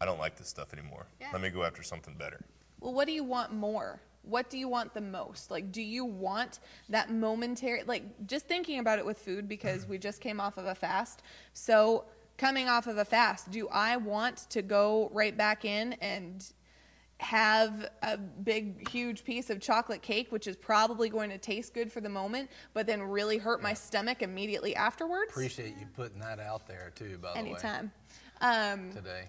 I don't like this stuff anymore. Yeah. Let me go after something better. Well, what do you want more? What do you want the most? Like, do you want that momentary, like, just thinking about it with food because we just came off of a fast. So, coming off of a fast, do I want to go right back in and have a big, huge piece of chocolate cake, which is probably going to taste good for the moment, but then really hurt my stomach immediately afterwards. Appreciate you putting that out there too, by the way, Anytime. Um, today.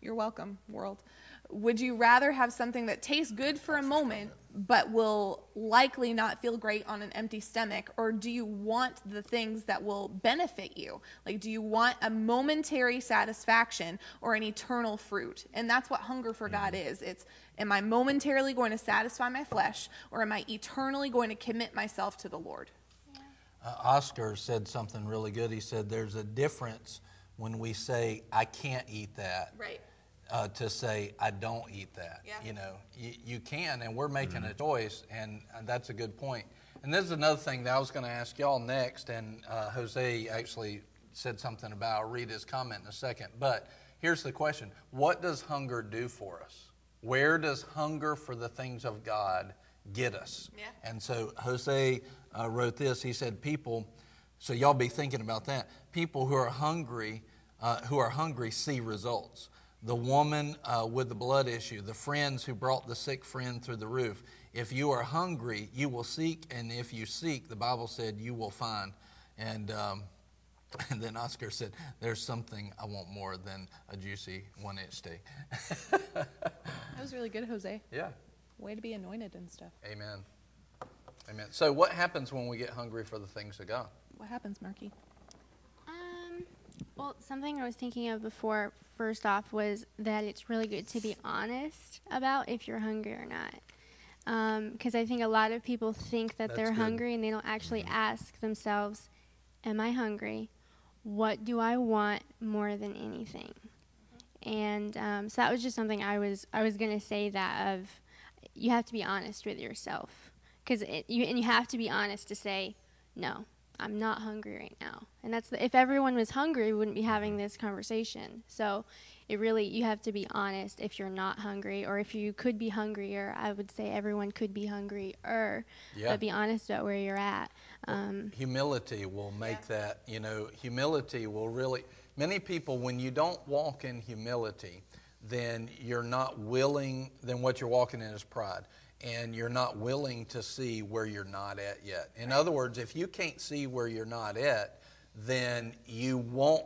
you're welcome, world. Would you rather have something that tastes good for a moment but will likely not feel great on an empty stomach? Or do you want the things that will benefit you? Like, do you want a momentary satisfaction or an eternal fruit? And that's what hunger for God is. It's, am I momentarily going to satisfy my flesh or am I eternally going to commit myself to the Lord? Uh, Oscar said something really good. He said, There's a difference when we say, I can't eat that, Right. uh, to say, I don't eat that. Yeah. You know, you, you can, and we're making a choice, and, and that's a good point. And this is another thing that I was going to ask y'all next, and uh, Jose actually said something about, I'll read his comment in a second. But here's the question What does hunger do for us? Where does hunger for the things of God get us? Yeah. And so Jose uh, wrote this. He said, "People, so y'all be thinking about that. People who are hungry, uh, who are hungry, see results. The woman uh, with the blood issue, the friends who brought the sick friend through the roof. If you are hungry, you will seek, and if you seek, the Bible said you will find." And um, and then Oscar said, "There's something I want more than a juicy one-inch steak." That was really good, Jose. Yeah. Way to be anointed and stuff. Amen. Amen. So, what happens when we get hungry for the things of God? What happens, Marky? Um, well, something I was thinking of before, first off, was that it's really good to be honest about if you're hungry or not. Because I think a lot of people think that That's they're good. Mm-hmm. hungry and they don't actually ask themselves, Am I hungry? What do I want more than anything? And um, so that was just something I was I was gonna say that of you have to be honest with yourself because you and you have to be honest to say no i'm not hungry right now and that's the, if everyone was hungry we wouldn't be having this conversation so it really you have to be honest if you're not hungry or if you could be hungrier i would say everyone could be hungrier Yeah. but be honest about where you're at um, Humility will make that, you know, humility will really. Many people, when you don't walk in humility, then you're not willing, then what you're walking in is pride. And you're not willing to see where you're not at yet. In other words, if you can't see where you're not at, then you won't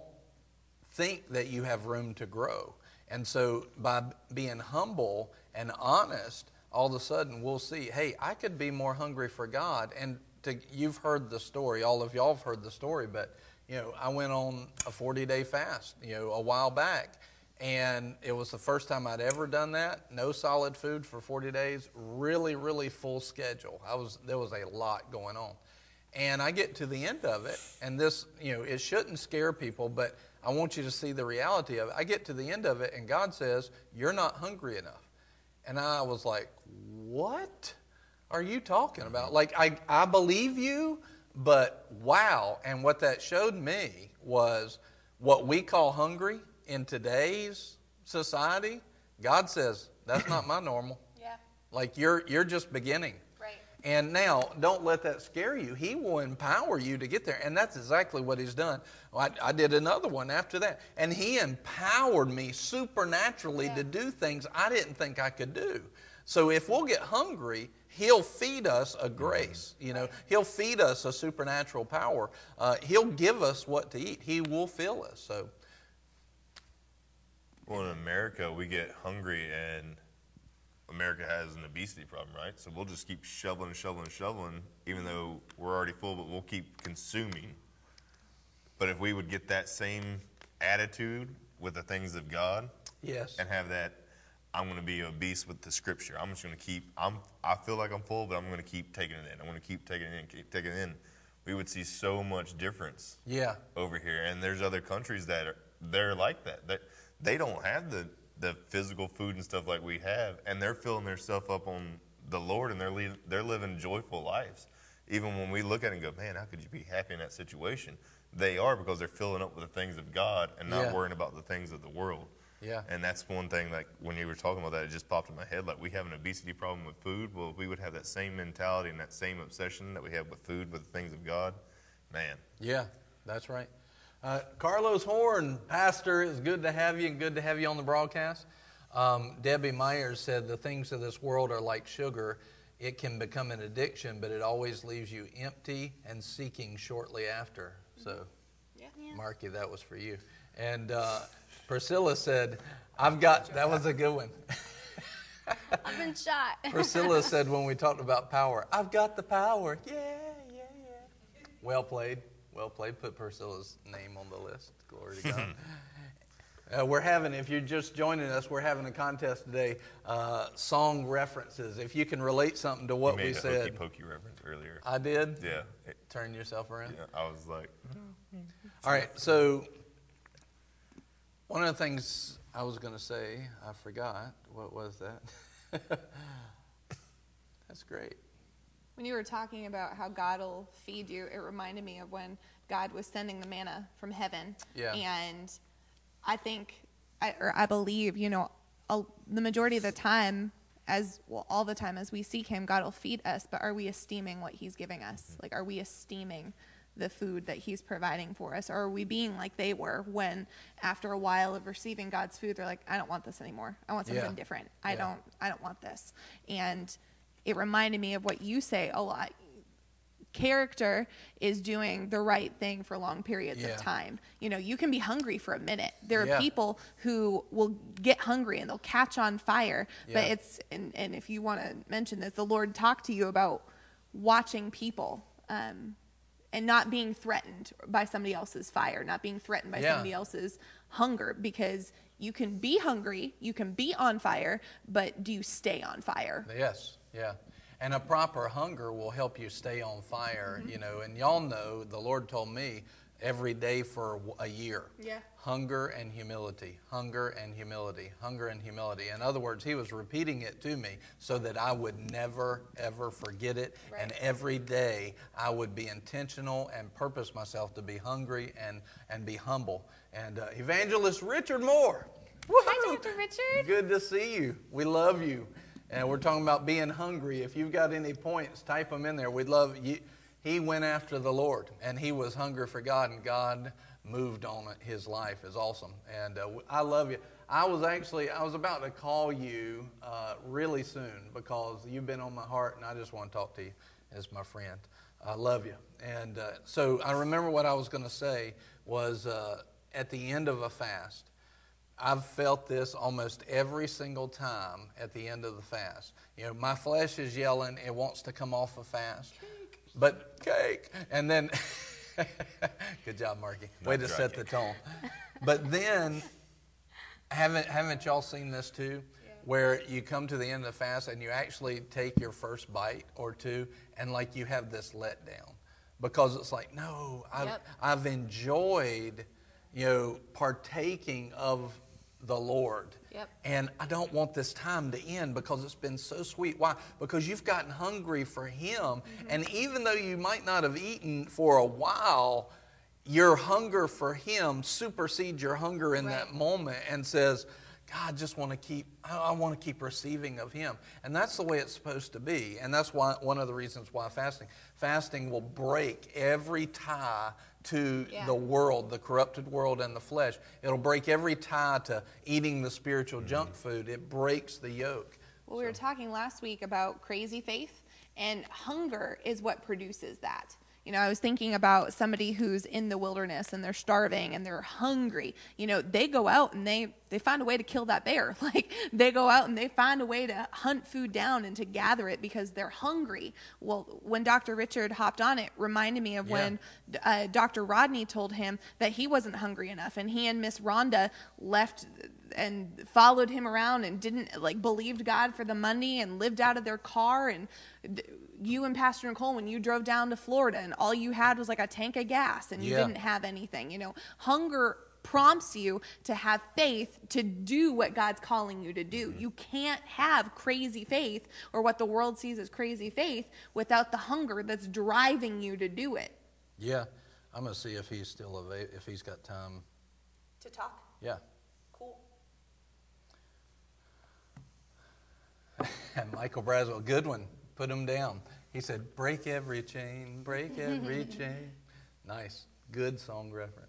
think that you have room to grow. And so by b- being humble and honest, all of a sudden we'll see, hey, I could be more hungry for God. And to, you've heard the story, all of y'all have heard the story, but you know, I went on a 40-day fast, you know, a while back, and it was the first time I'd ever done that. No solid food for 40 days, really really full schedule. I was there was a lot going on. And I get to the end of it, and this, you know, it shouldn't scare people, but I want you to see the reality of it. I get to the end of it, and God says, You're not hungry enough. And I was like, What are you talking about? Like, I, I believe you, but wow. And what that showed me was what we call hungry in today's society, God says, That's not my normal. Yeah. Like, you're, you're just beginning. Right. And now, don't let that scare you. He will empower you to get there. And that's exactly what he's done. I, I did another one after that. And he empowered me supernaturally to do things I didn't think I could do. So if we'll get hungry, he'll feed us a grace. You know, he'll feed us a supernatural power. Uh, he'll give us what to eat. He will fill us. So, Well, in America, we get hungry, and America has an obesity problem, right? So we'll just keep shoveling, shoveling, shoveling, even though we're already full, but we'll keep consuming. But if we would get that same attitude with the things of God yes. and have that, I'm going to be obese with the Scripture. I'm just going to keep. I'm. I feel like I'm full, but I'm going to keep taking it in. I'm going to keep taking it in, keep taking it in. We would see so much difference Yeah. over here, and there's other countries that are they're like that. That they don't have the the physical food and stuff like we have, and they're filling themselves up on the Lord, and they're le- they're living joyful lives. Even when we look at it and go, man, how could you be happy in that situation? They are because they're filling up with the things of God and not Yeah. worrying about the things of the world. Yeah. And that's one thing, like when you were talking about that, it just popped in my head. Like we have an obesity problem with food. Well, if we would have that same mentality and that same obsession that we have with food, with the things of God, man, Yeah, that's right. Uh, Carlos Horn, Pastor, it's good to have you and good to have you on the broadcast. Um, Debbie Myers said, The things of this world are like sugar. It can become an addiction, but it always leaves you empty and seeking shortly after. So, Yeah. Marky, that was for you. And uh, Priscilla said, I've got, that was a good one. I've been shot. Priscilla said when we talked about power, I've got the power. Yeah, yeah, yeah. Well played. Well played. Put Priscilla's name on the list. Glory to God. Uh, we're having, if you're just joining us, we're having a contest today. Uh, song references. If you can relate something to what you we made a hokey said, pokey reference earlier. I did. yeah, it- Turn yourself around. yeah, I was like, All right. So, one of the things I was going to say, I forgot. What was that? That's great. When you were talking about how God will feed you, it reminded me of when God was sending the manna from heaven. Yeah. And I think, I, or I believe, you know, a, the majority of the time, as well, all the time as we seek Him, God will feed us. But are we esteeming what He's giving us? Mm-hmm. Like, are we esteeming the food that He's providing for us? Or are we being like they were when, after a while of receiving God's food, they're like, I don't want this anymore. I want something Yeah. different. I Yeah. don't. I don't want this. And it reminded me of what you say a lot character is doing the right thing for long periods Yeah. of time. You know, you can be hungry for a minute. There are Yeah. people who will get hungry and they'll catch on fire. But Yeah. it's and, and if you want to mention this, the Lord talked to you about watching people um, and not being threatened by somebody else's fire, not being threatened by Yeah. somebody else's hunger because you can be hungry, you can be on fire, but do you stay on fire? Yes, yeah. And a proper hunger will help you stay on fire, Mm-hmm. you know. And y'all know the Lord told me every day for w- a year. Yeah. Hunger and humility, hunger and humility, hunger and humility. In other words, he was repeating it to me so that I would never, ever forget it. And every day I would be intentional and purpose myself to be hungry and, and be humble. And uh, evangelist Richard Moore. Hi, Woohoo! Dr. Richard. Good to see you. We love you. And we're talking about being hungry. If you've got any points, type them in there. We'd love you. He went after the Lord and he was hungry for God, and God moved on it. his life. is awesome. And uh, I love you. I was actually, I was about to call you uh, really soon because you've been on my heart and I just want to talk to you as my friend. I love you. And uh, so I remember what I was going to say was uh, at the end of a fast, I've felt this almost every single time at the end of the fast. You know, my flesh is yelling, it wants to come off a fast. But cake. And then, good job, Marky. Way Not to dry set the cake. tone. But then, haven't, haven't y'all seen this too? Where you come to the end of the fast and you actually take your first bite or two and like you have this letdown because it's like, no, I've, Yep. I've enjoyed, you know, partaking of the Lord. Yep. And I don't want this time to end because it's been so sweet. Why? Because you've gotten hungry for Him. And even though you might not have eaten for a while, your hunger for Him supersedes your hunger in that Right. moment and says, God, I just want to keep, I, I want to keep receiving of Him. And that's the way it's supposed to be. And that's why, one of the reasons why fasting. Fasting will break every tie to Yeah. the world, the corrupted world, and the flesh. It'll break every tie to eating the spiritual junk food. It breaks the yoke. Well, we were talking last week about crazy faith, and hunger is what produces that. You know, I was thinking about somebody who's in the wilderness and they're starving and they're hungry. You know, they go out and they they find a way to kill that bear. Like they go out and they find a way to hunt food down and to gather it because they're hungry. Well, when Dr. Richard hopped on it, reminded me of Yeah. when uh, Dr. Rodney told him that he wasn't hungry enough, and he and Miss Rhonda left and followed him around and didn't like believed God for the money and lived out of their car. And th- you and Pastor Nicole, when you drove down to Florida, and all you had was like a tank of gas, and you Yeah. didn't have anything. You know, hunger prompts you to have faith to do what God's calling you to do. Mm-hmm. You can't have crazy faith or what the world sees as crazy faith without the hunger that's driving you to do it. Yeah. I'm going to see if he's still available, if he's got time. To talk. Yeah. Cool. And Michael Braswell, good one. Put him down. He said, break every chain, break every chain. Nice. Good song reference.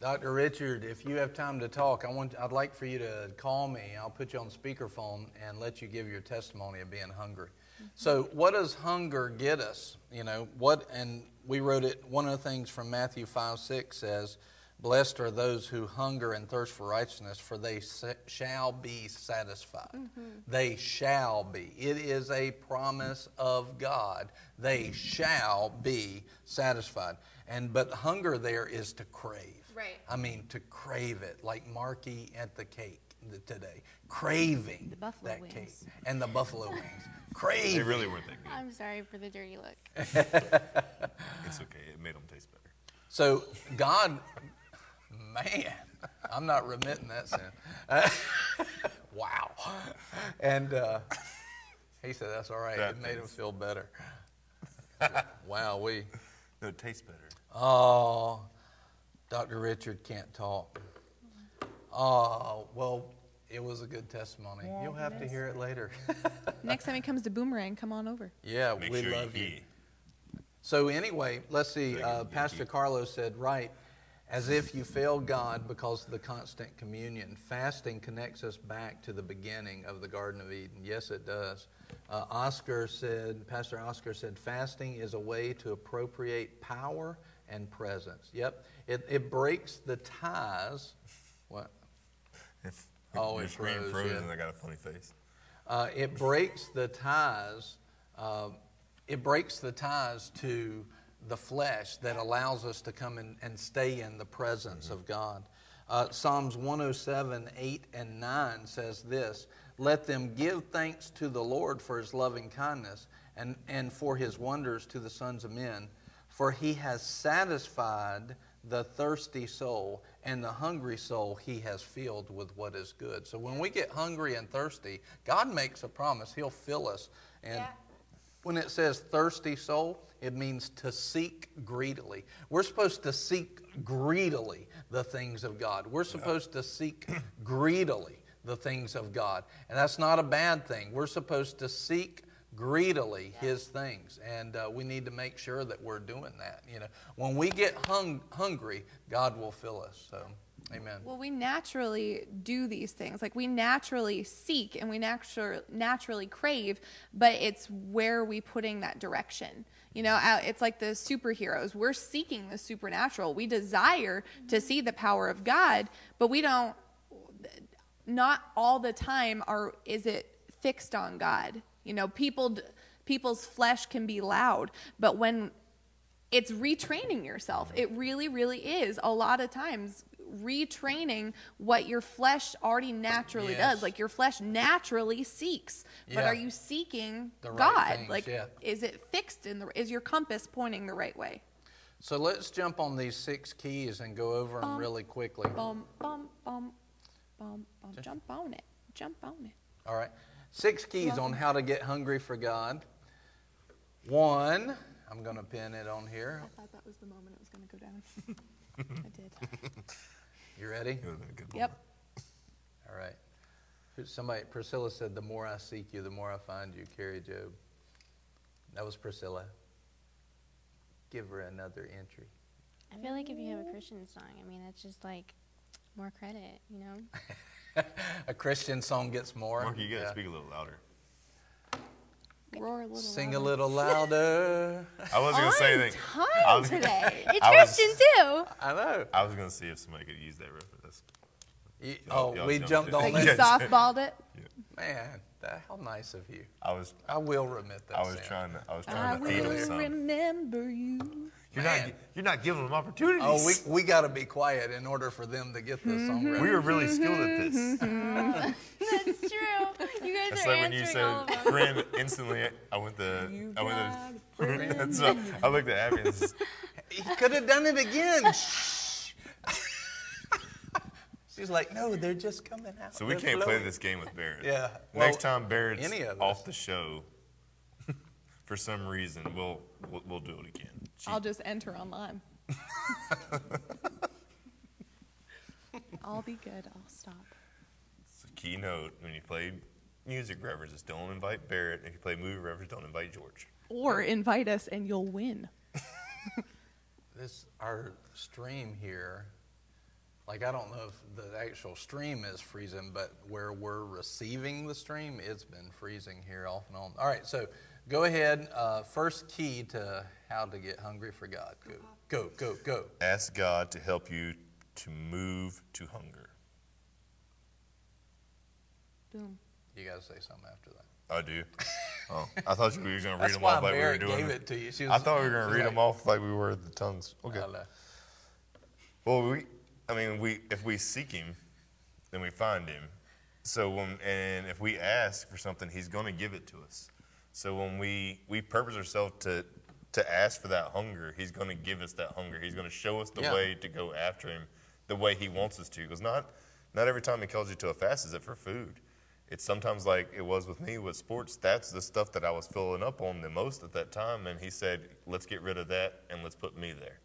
Dr. Richard, if you have time to talk, I want, I'd like for you to call me. I'll put you on speakerphone and let you give your testimony of being hungry. So, what does hunger get us? You know, what, and we wrote it, one of the things from Matthew 5 6 says, Blessed are those who hunger and thirst for righteousness, for they sa- shall be satisfied. They shall be. It is a promise of God. They shall be satisfied. And but hunger there is to crave. Right. I mean to crave it, like Marky at the cake th- today, craving buffalo that wings. cake and the buffalo wings, They craving. really weren't that good. I'm sorry for the dirty look. It's okay. It made them taste better. So God, man, I'm not remitting that sin. Uh, wow. And uh, he said, that's all right. That it made him thing's- feel better. wow, we. No, it tastes better. Oh, Dr. Richard can't talk. Oh, well, it was a good testimony. You'll have to hear it later. Next time he comes to Boomerang, come on over. yeah, Make Oh, we sure love you you. eat. So anyway, let's see. Thank Uh, you. Pastor Carlos said, right, as if you fail God because of the constant communion. Fasting connects us back to the beginning of the Garden of Eden. Yes, it does. Uh, Oscar said, Pastor Oscar said, fasting is a way to appropriate power and presence. Yep, it, it breaks the ties. What? It's- Oh, it it's ran froze, frozen. yeah. I got a funny face. Uh, it breaks the ties. um it breaks the ties to the flesh that allows us to come in and stay in the presence of God. Uh, Psalms 107, 8 and 9 says this Let them give thanks to the Lord for his loving kindness and, and for his wonders to the sons of men. For he has satisfied the thirsty soul, and the hungry soul he has filled with what is good. So when we get hungry and thirsty, God makes a promise. He'll fill us. And when it says thirsty soul, it means to seek greedily. We're supposed to seek greedily the things of God. We're supposed to seek greedily the things of God. And that's not a bad thing. We're supposed to seek greedily his things and uh, we need to make sure that we're doing that you know when we get hung, hungry god will fill us so amen Well, we naturally do these things. Like we naturally seek and we natu- naturally crave, but it's where we putting that direction. You know, uh, it's like the superheroes. We're seeking the supernatural. We desire to see the power of God, but we don't not all the time are is it fixed on God. You know, people d- people's flesh can be loud, but when it's retraining yourself. It really, really is. A lot of times, retraining what your flesh already naturally Yes. does. Like your flesh naturally seeks, but Yeah. are you seeking The right God? things, like, yeah. is it fixed in the? Is your compass pointing the right way? so let's jump on these six keys and go over them really quickly Bum, bum, bum, bum, bum. Jump on it. Jump on it. All right. Six keys on how to get hungry for God. One, I'm going to pin it on here. I thought that was the moment it was going to go down. I did. You ready? It would have been a good Yep. All right. Somebody, Priscilla said, The more I seek you, the more I find you. Carrie Job. That was Priscilla. Give her another entry. I feel like if you have a Christian song, I mean, that's just like more credit, you know? A Christian song gets more. One. Mark, you gotta Yeah. speak a little louder. Roar a little. Sing a louder. little louder. I wasn't gonna say anything. I Time was- today. It's I was- Christian too! I know. I was gonna see if somebody could use that reference. You- Oh, oh, yeah, we yeah, jumped yeah. on Like you that. Yes. softballed it. Man, that, how nice of you. I was, I will remit that. I was sin. trying to, I was I trying to feed him will some. remember you. You're not, Man. gi- you're not giving them opportunities. Oh, we, we got to be quiet in order for them to get this song ready. Mm-hmm. we were really skilled at this. That's true. You guys That's are like when answering you all of said them. friend instantly. I went to, I went to. That's what, I looked at Abby. And this is- He could have done it again. Shh. She's like, no, they're just coming out. so we They're can't play flowing." this game with Barrett. Yeah. Next Well, time Barrett's any of us. off the show, for some reason, we'll we'll, we'll do it again. She- I'll just enter online. I'll be good. I'll stop. It's a keynote when you play music references. Don't invite Barrett. If you play movie references, don't invite George. Or invite us and you'll win. This our stream here Like I don't know if the actual stream is freezing, but where we're receiving the stream, it's been freezing here off and on. All right, so go ahead. Uh, first key to how to get hungry for God. Go, go, go, go. Ask God to help you to move to hunger. Boom. You gotta say something after that. I do. Oh, I thought you were going to read That's them why off like we were Mary doing. gave it to you. She was, I thought we were going she's to read like, them off like we were the tongues. Okay. I don't know. Well, we, I mean, we if we seek him, then we find him. So when and if we ask for something, he's going to give it to us. So when we we purpose ourselves to to ask for that hunger, he's going to give us that hunger. He's going to show us the Yeah. way to go after him, the way he wants us to. Because not not every time he calls you to a fast is it for food. It's sometimes like it was with me with sports. That's the stuff that I was filling up on the most at that time. And he said, "Let's get rid of that and let's put me there."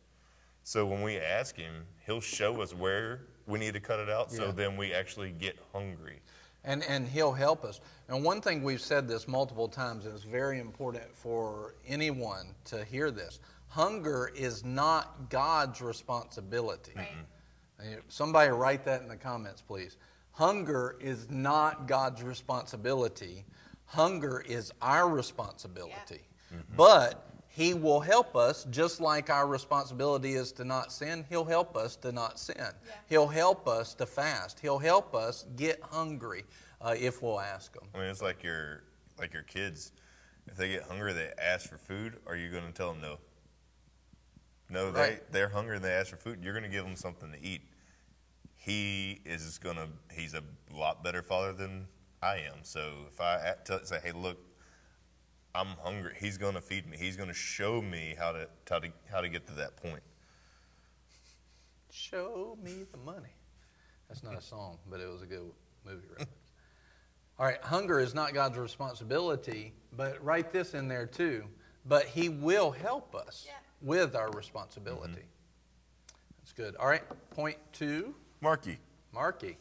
So when we ask him, he'll show us where we need to cut it out so Yeah. then we actually get hungry. And, and he'll help us. And one thing we've said this multiple times, and it's very important for anyone to hear this hunger is not God's responsibility. And you- Somebody write that in the comments, please. Hunger is not God's responsibility, hunger is our responsibility. But he will help us just like our responsibility is to not sin. He'll help us to not sin. He'll help us to fast. He'll help us get hungry uh, if we'll ask him. I mean, it's like your like your kids. If they get hungry, they ask for food. Are you going to tell them no? No, Right. they they're hungry and they ask for food. You're going to give them something to eat. He is going to. He's a lot better father than I am. So if I at- tell, say, "Hey, look, I'm hungry," he's going to feed me. He's going to show me how to how to how to get to that point. Show me the money. That's not a song, but it was a good movie reference. All right, hunger is not God's responsibility, but write this in there too. But He will help us with our responsibility. That's good. All right, point two, Marky, Marky.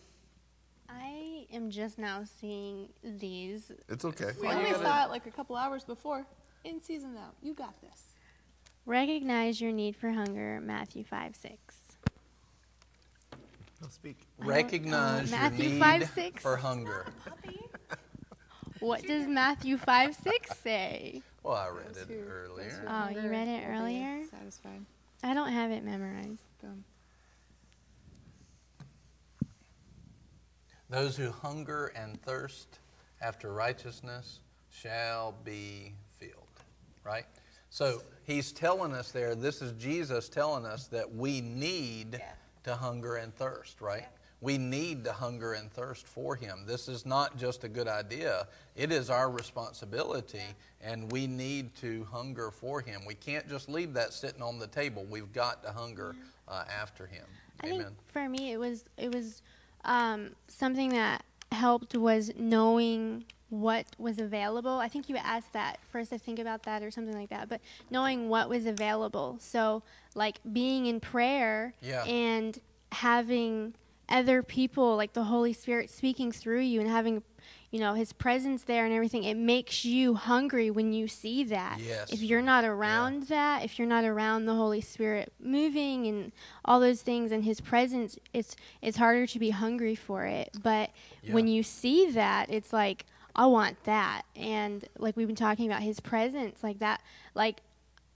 I am just now seeing these. it's okay. We Oh, you only gotta- saw it like a couple hours before. In season now. You got this. Recognize your need for hunger, Matthew 5 6. um, Recognize your Matthew need 5, 6. for hunger. What does Matthew 5 6 say? Well, I read Those it who- those who earlier. Oh, you hunger read it will be earlier? Satisfied. I don't have it memorized. Boom. Those who hunger and thirst after righteousness shall be filled. Right? So he's telling us there, this is Jesus telling us that we need to hunger and thirst, right? We need to hunger and thirst for him. This is not just a good idea, it is our responsibility, and we need to hunger for him. We can't just leave that sitting on the table. We've got to hunger uh, after him. Mm-hmm. I Amen. think for me it was it was um, something that helped was knowing what was available. I think you asked that first. I think about that or something like that. But knowing what was available, so like being in prayer Yeah. and having other people like the Holy Spirit speaking through you and having you know his presence there and everything it makes you hungry when you see that Yes. if you're not around that, if you're not around the Holy Spirit moving and all those things and His presence, it's it's harder to be hungry for it. But when Yeah. you see that, it's like I want that, and like we've been talking about His presence, like that, like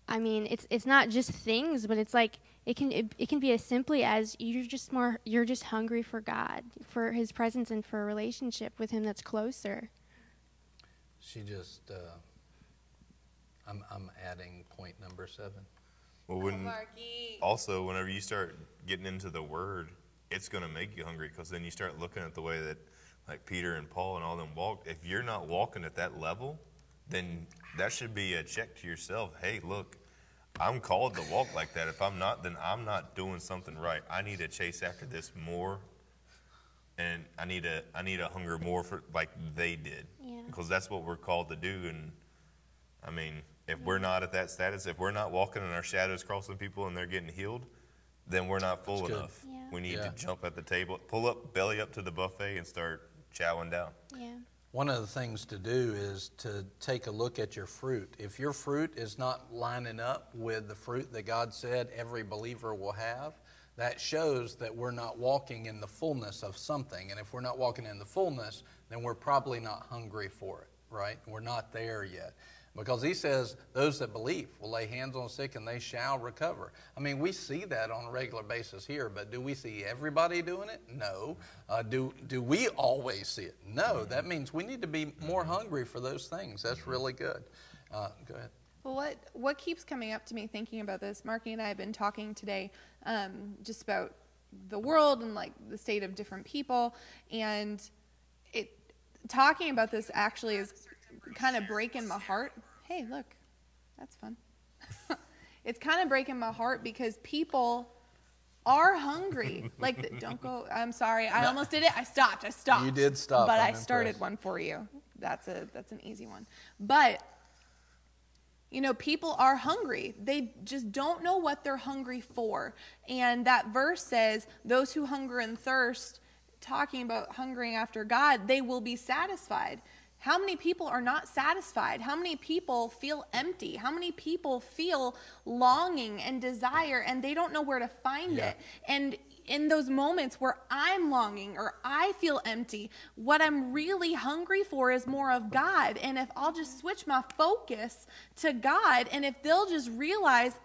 I mean, it's it's not just things, but it's like it can it, it can be as simply as you're just more you're just hungry for God, for His presence, and for a relationship with Him that's closer. She just, uh, I'm, I'm adding point number seven. Well, when, also, whenever you start getting into the Word, it's going to make you hungry because then you start looking at the way that, like Peter and Paul and all them walked. If you're not walking at that level, then that should be a check to yourself. Hey, look, I'm called to walk like that. If I'm not, then I'm not doing something right. I need to chase after this more, and I need to I need to hunger more for like they did, Yeah. because that's what we're called to do. And I mean, if we're not at that status, if we're not walking and our shadows crossing people and they're getting healed, then we're not full That's good. enough. Yeah. We need Yeah. to jump at the table, pull up, belly up to the buffet, and start chowing down. Yeah. One of the things to do is to take a look at your fruit. If your fruit is not lining up with the fruit that God said every believer will have, That shows that we're not walking in the fullness of something. And if we're not walking in the fullness, then we're probably not hungry for it, right? We're not there yet. Because he says, those that believe will lay hands on the sick and they shall recover. I mean, we see that on a regular basis here, but do we see everybody doing it? No. Uh, do, do we always see it? No. That means we need to be more hungry for those things. Mm-hmm. That's really good. Uh, go ahead. Well, what what keeps coming up to me thinking about this? Marky and I have been talking today, um, just about the world and like the state of different people, and it talking about this actually is kind of breaking my heart. Hey, look, that's fun. it's kind of breaking my heart because people are hungry. like, the, don't go. I'm sorry, I almost did it. I stopped. I stopped. You did stop. but I'm I started impressed. one for you. That's a that's an easy one. But you know, people are hungry. They just don't know what they're hungry for. And that verse says, Those who hunger and thirst, talking about hungering after God, they will be satisfied. How many people are not satisfied? How many people feel empty? How many people feel longing and desire and they don't know where to find Yeah. it? And in those moments where I'm longing or I feel empty, what I'm really hungry for is more of God. And if I'll just switch my focus to God, and if they'll just realize,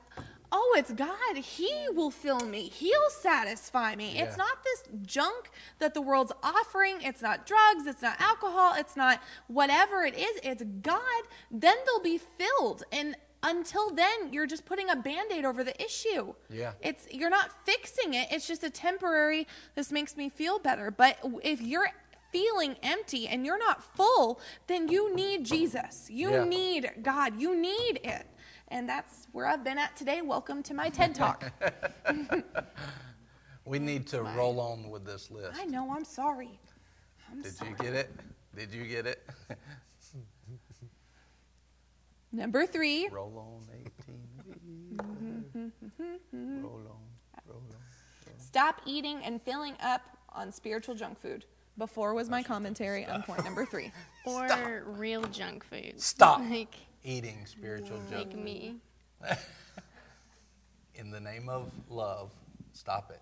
oh, it's God, He will fill me, He'll satisfy me. Yeah. It's not this junk that the world's offering, it's not drugs, it's not alcohol, it's not whatever it is, it's God, then they'll be filled. And until then, you're just putting a band aid over the issue. Yeah. It's you're not fixing it. It's just a temporary this makes me feel better. But if you're feeling empty and you're not full, then you need Jesus. You Yeah. need God. You need it. And that's where I've been at today. Welcome to my TED Talk. We need to roll on with this list. I know, I'm sorry. I'm Did sorry. you get it? Did you get it? Number 3, roll on Mm-hmm. 18. roll on. Roll on. stop eating and filling up on spiritual junk food. Before was my commentary on point number 3. or real junk food. Stop. Like Eating spiritual junk like me. in the name of love. Stop it.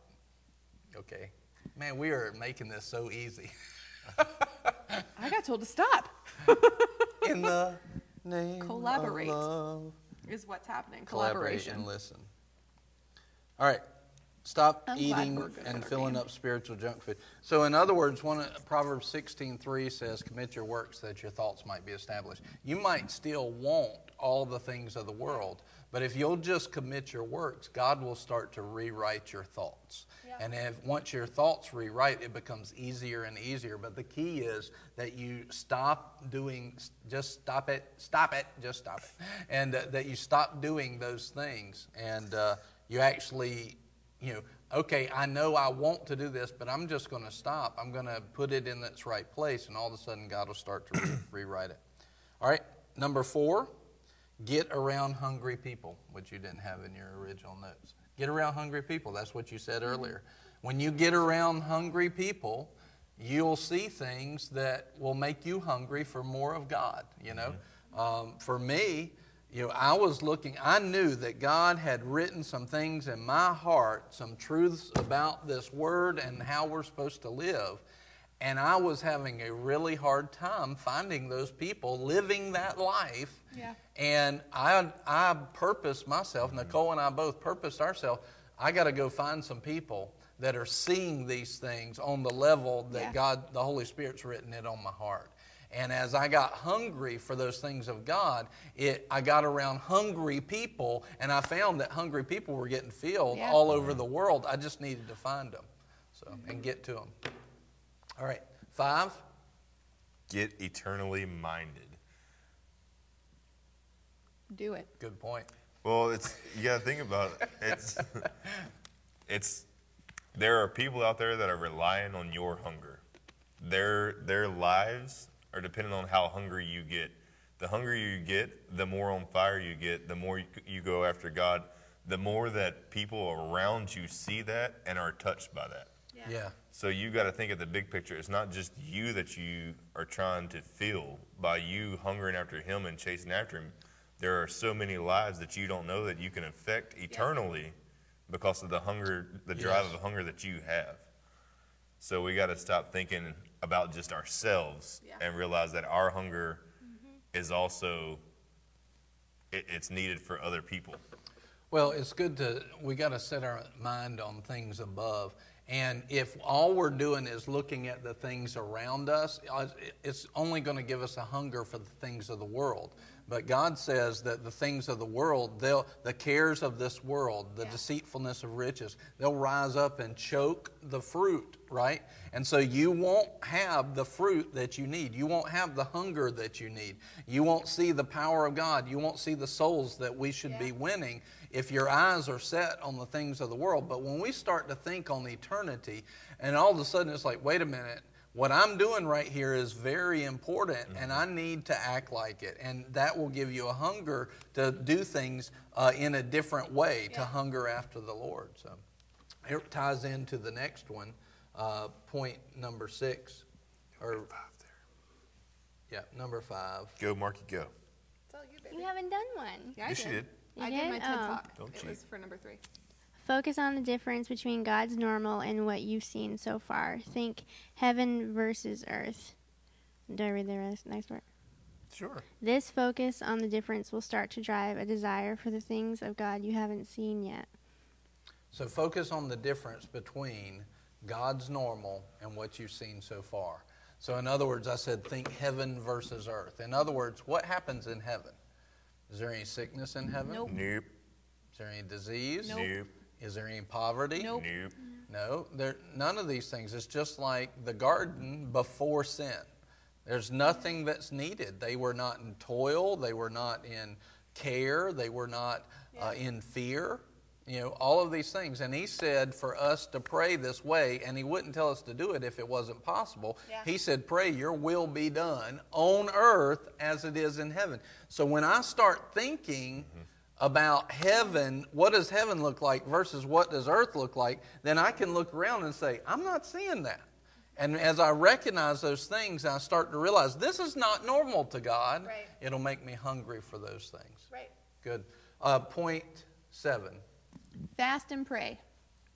Okay. Man, we are making this so easy. I got told to stop. In the name Collaborate. of love. Is what's happening. Collaborate Collaboration. and listen. All right. Stop I'm glad eating we're good and at our filling game. up spiritual junk food. So, in other words, one of- Proverbs sixteen three says, "Commit your works that your thoughts might be established." You might still want all the things of the world, but if you'll just commit your works, God will start to rewrite your thoughts. And if once your thoughts rewrite, it becomes easier and easier. But the key is that you stop doing, just stop it, stop it, just stop it, and uh, that you stop doing those things, and uh, you actually you know, okay, I know I want to do this, but I'm just going to stop. I'm going to put it in its right place, and all of a sudden God will start to re- rewrite it. All right, number four, get around hungry people, which you didn't have in your original notes. Get around hungry people. That's what you said earlier. When you get around hungry people, you'll see things that will make you hungry for more of God, you know? Um, for me, you know, I was looking, I knew that God had written some things in my heart, some truths about this word and how we're supposed to live. And I was having a really hard time finding those people living that life. Yeah. And I, I purposed myself, Nicole and I both purposed ourselves, I got to go find some people that are seeing these things on the level that Yeah. God, the Holy Spirit's written it on my heart. And as I got hungry for those things of God, it, I got around hungry people, and I found that hungry people were getting filled Yeah. all over the world. I just needed to find them so, and get to them. All right, five. Get eternally minded. Do it. Good point. Well, it's you gotta think about it. It's it's there are people out there that are relying on your hunger. Their their lives are dependent on how hungry you get. The hungrier you get, the more on fire you get, the more you, you go after God, the more that people around you see that and are touched by that. yeah. So you got to think of the big picture. It's not just you that you are trying to fill by you hungering after Him and chasing after Him. There are so many lives that you don't know that you can affect eternally because of the hunger, the drive of hunger that you have. So we got to stop thinking about just ourselves Yeah. Mm-hmm. and realize that our hunger is also it, it's needed for other people. Well, it's good to, we got to set our mind on things above. And if all we're doing is looking at the things around us, uh, it's only going to give us a hunger for the things of the world. But God says that the things of the world, they'll, the cares of this world, the deceitfulness of riches, they'll rise up and choke the fruit, right? And so you won't have the fruit that you need. You won't have the hunger that you need. You won't see the power of God. You won't see the souls that we should be winning if your eyes are set on the things of the world. But when we start to think on eternity, and all of a sudden it's like, wait a minute, what I'm doing right here is very important, and I need to act like it. And that will give you a hunger to do things uh, in a different way, to hunger after the Lord. So it ties into the next one, uh, point number six, or yeah, number five. Go, Marky, go. It's all you, You baby. haven't done one. Yeah, I Yes, you did. did. You I did my did? TED Oh. talk. Don't it cheat. was for number three. Focus on the difference between God's normal and what you've seen so far. Think heaven versus earth. Do I read the rest, next part? Sure. This focus on the difference will start to drive a desire for the things of God you haven't seen yet. So focus on the difference between God's normal and what you've seen so far. So, in other words, I said, think heaven versus earth. In other words, what happens in heaven? Is there any sickness in heaven? Nope. Nope. Is there any disease? Nope. Is there any poverty? Nope. Nope. No, there, none of these things. It's just like the garden before sin. There's nothing that's needed. They were not in toil. They were not in care. They were not uh, in fear. You know, all of these things. And he said for us to pray this way, and he wouldn't tell us to do it if it wasn't possible. Yeah. He said, Pray, your will be done on earth as it is in heaven. So when I start thinking, about heaven, what does heaven look like versus what does earth look like, then I can look around and say, I'm not seeing that. And as I recognize those things, I start to realize this is not normal to God. Right. It'll make me hungry for those things. Right. Good. Uh, point seven. Fast and pray.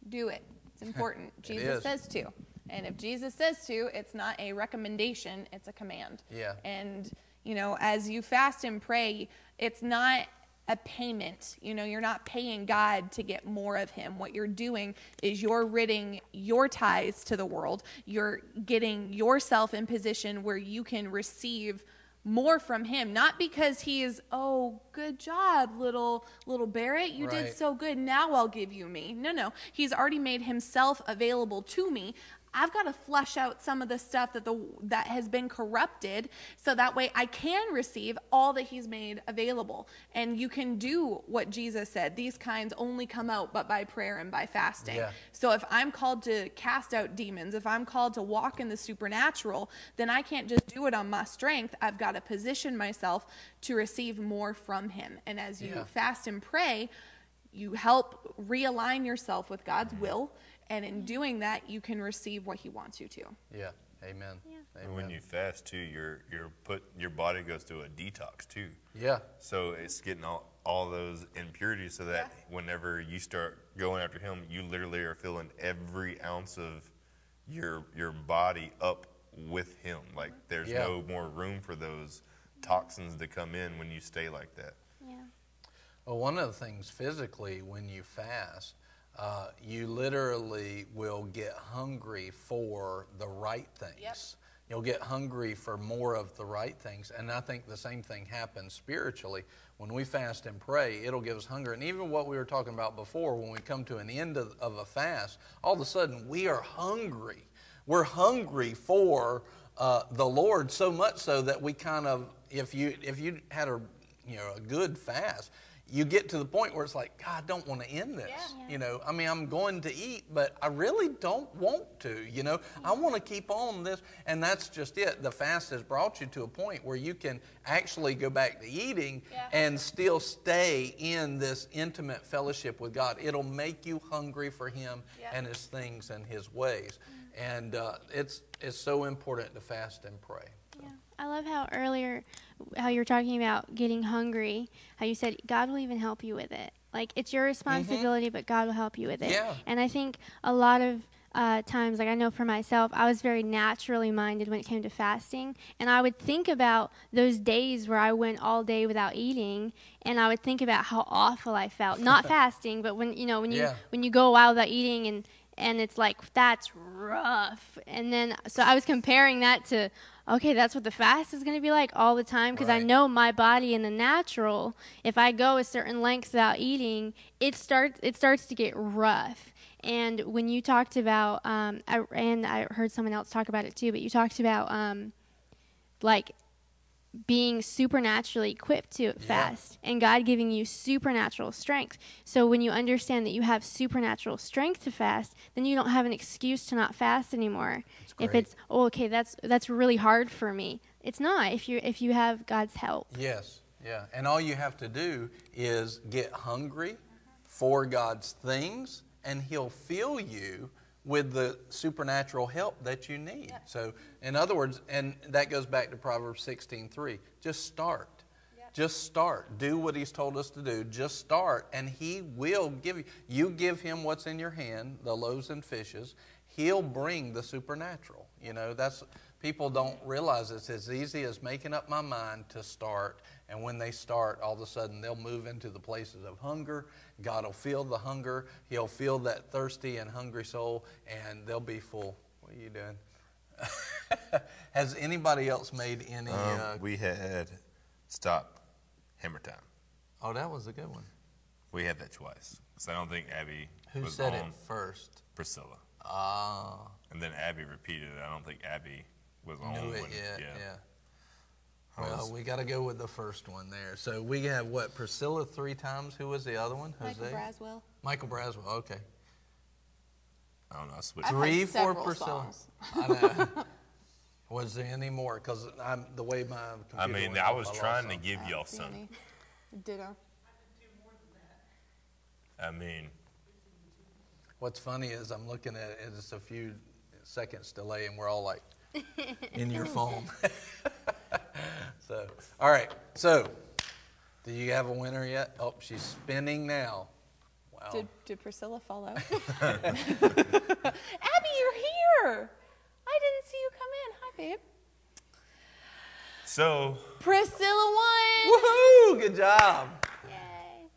Do it. It's important. Jesus is. says to. And if Jesus says to, it's not a recommendation, it's a command. Yeah. And, you know, as you fast and pray, it's not a payment. You know, you're not paying God to get more of Him. What you're doing is you're ridding your ties to the world, you're getting yourself in position where you can receive more from him not because he is oh good job little little barrett you Right. did so good now i'll give you me no no he's already made himself available to me i've got to flush out some of the stuff that the that has been corrupted so that way i can receive all that he's made available and you can do what jesus said these kinds only come out but by prayer and by fasting Yeah. so if I'm called to cast out demons, if I'm called to walk in the supernatural, then I can't just do it on my strength. I've got to position myself to receive more from Him. And as you Yeah. fast and pray, you help realign yourself with God's will. And in doing that, you can receive what He wants you to. Yeah. Amen. And when Amen. you fast too, your your put your body goes through a detox too. Yeah. So it's getting all, all those impurities so that whenever you start going after him, you literally are filling every ounce of your your body up with him. Like there's Yeah. no more room for those toxins to come in when you stay like that. Yeah. Well, one of the things physically when you fast, uh, you literally will get hungry for the right things. You'll get hungry for more of the right things. And I think the same thing happens spiritually. When we fast and pray, it'll give us hunger. And even what we were talking about before, when we come to an end of, of a fast, all of a sudden we are hungry. We're hungry for uh, the Lord so much so that we kind of, if you if you had a you know a good fast, you get to the point where it's like, God, I don't want to end this. You know, I mean, I'm going to eat, but I really don't want to. You know, I want to keep on this, and that's just it. The fast has brought you to a point where you can actually go back to eating and still stay in this intimate fellowship with God. It'll make you hungry for Him and His things and His ways, and uh, it's it's so important to fast and pray. So, I love how earlier how you were talking about getting hungry, how you said God will even help you with it. Like it's your responsibility, but God will help you with it. Mm-hmm. Yeah. And I think a lot of uh, times, like I know for myself, I was very naturally minded when it came to fasting, and I would think about those days where I went all day without eating, and I would think about how awful I felt. Not fasting, but when you know when you Yeah. when you go a while without eating and and it's like that's rough and then so i was comparing that to okay that's what the fast is going to be like all the time because i Right. know my body in the natural if i go a certain length without eating it starts it starts to get rough and when you talked about um I, and i heard someone else talk about it too but you talked about um like being supernaturally equipped to fast and God giving you supernatural strength. So when you understand that you have supernatural strength to fast, then you don't have an excuse to not fast anymore. If great. it's oh okay, that's that's really hard for me. It's not if you if you have God's help. Yes, yeah. And all you have to do is get hungry for God's things, and He'll fill you with the supernatural help that you need. So, in other words, and that goes back to Proverbs 16:3. Just start. Just start. Do what he's told us to do. Just start, and he will give you. You give him what's in your hand, the loaves and fishes. He'll bring the supernatural. You know, that's people don't realize it's as easy as making up my mind to start. And when they start, all of a sudden they'll move into the places of hunger. God will feel the hunger. He'll feel that thirsty and hungry soul, and they'll be full. What are you doing? Has anybody else made any? Um, uh, We had stop hammer time. oh, that was a good one. We had that twice. So I don't think Abby Who was said on it first? Priscilla, Ah, and then Abby repeated it. I don't think Abby was on. knew it. when- Yeah, yeah. I Well, was- we got to go with the first one there. So we have what Priscilla three times. Who was the other one? Jose. Michael Braswell. Michael Braswell. Okay. I don't know. I switched. I've heard Three for several Priscilla. songs. I know. was there any more? Because I'm the way my computer I mean, went I off, was lost trying to some. give y'all See something. any? Ditto. I mean, What's funny is I'm looking at it. and It's a few seconds delay, and we're all like in your phone. so, all right. So, do you have a winner yet? Oh, she's spinning now. Wow. Did, did Priscilla follow? Abby, you're here. I didn't see you come in. Hi, babe. so Priscilla won. Woohoo! Good job.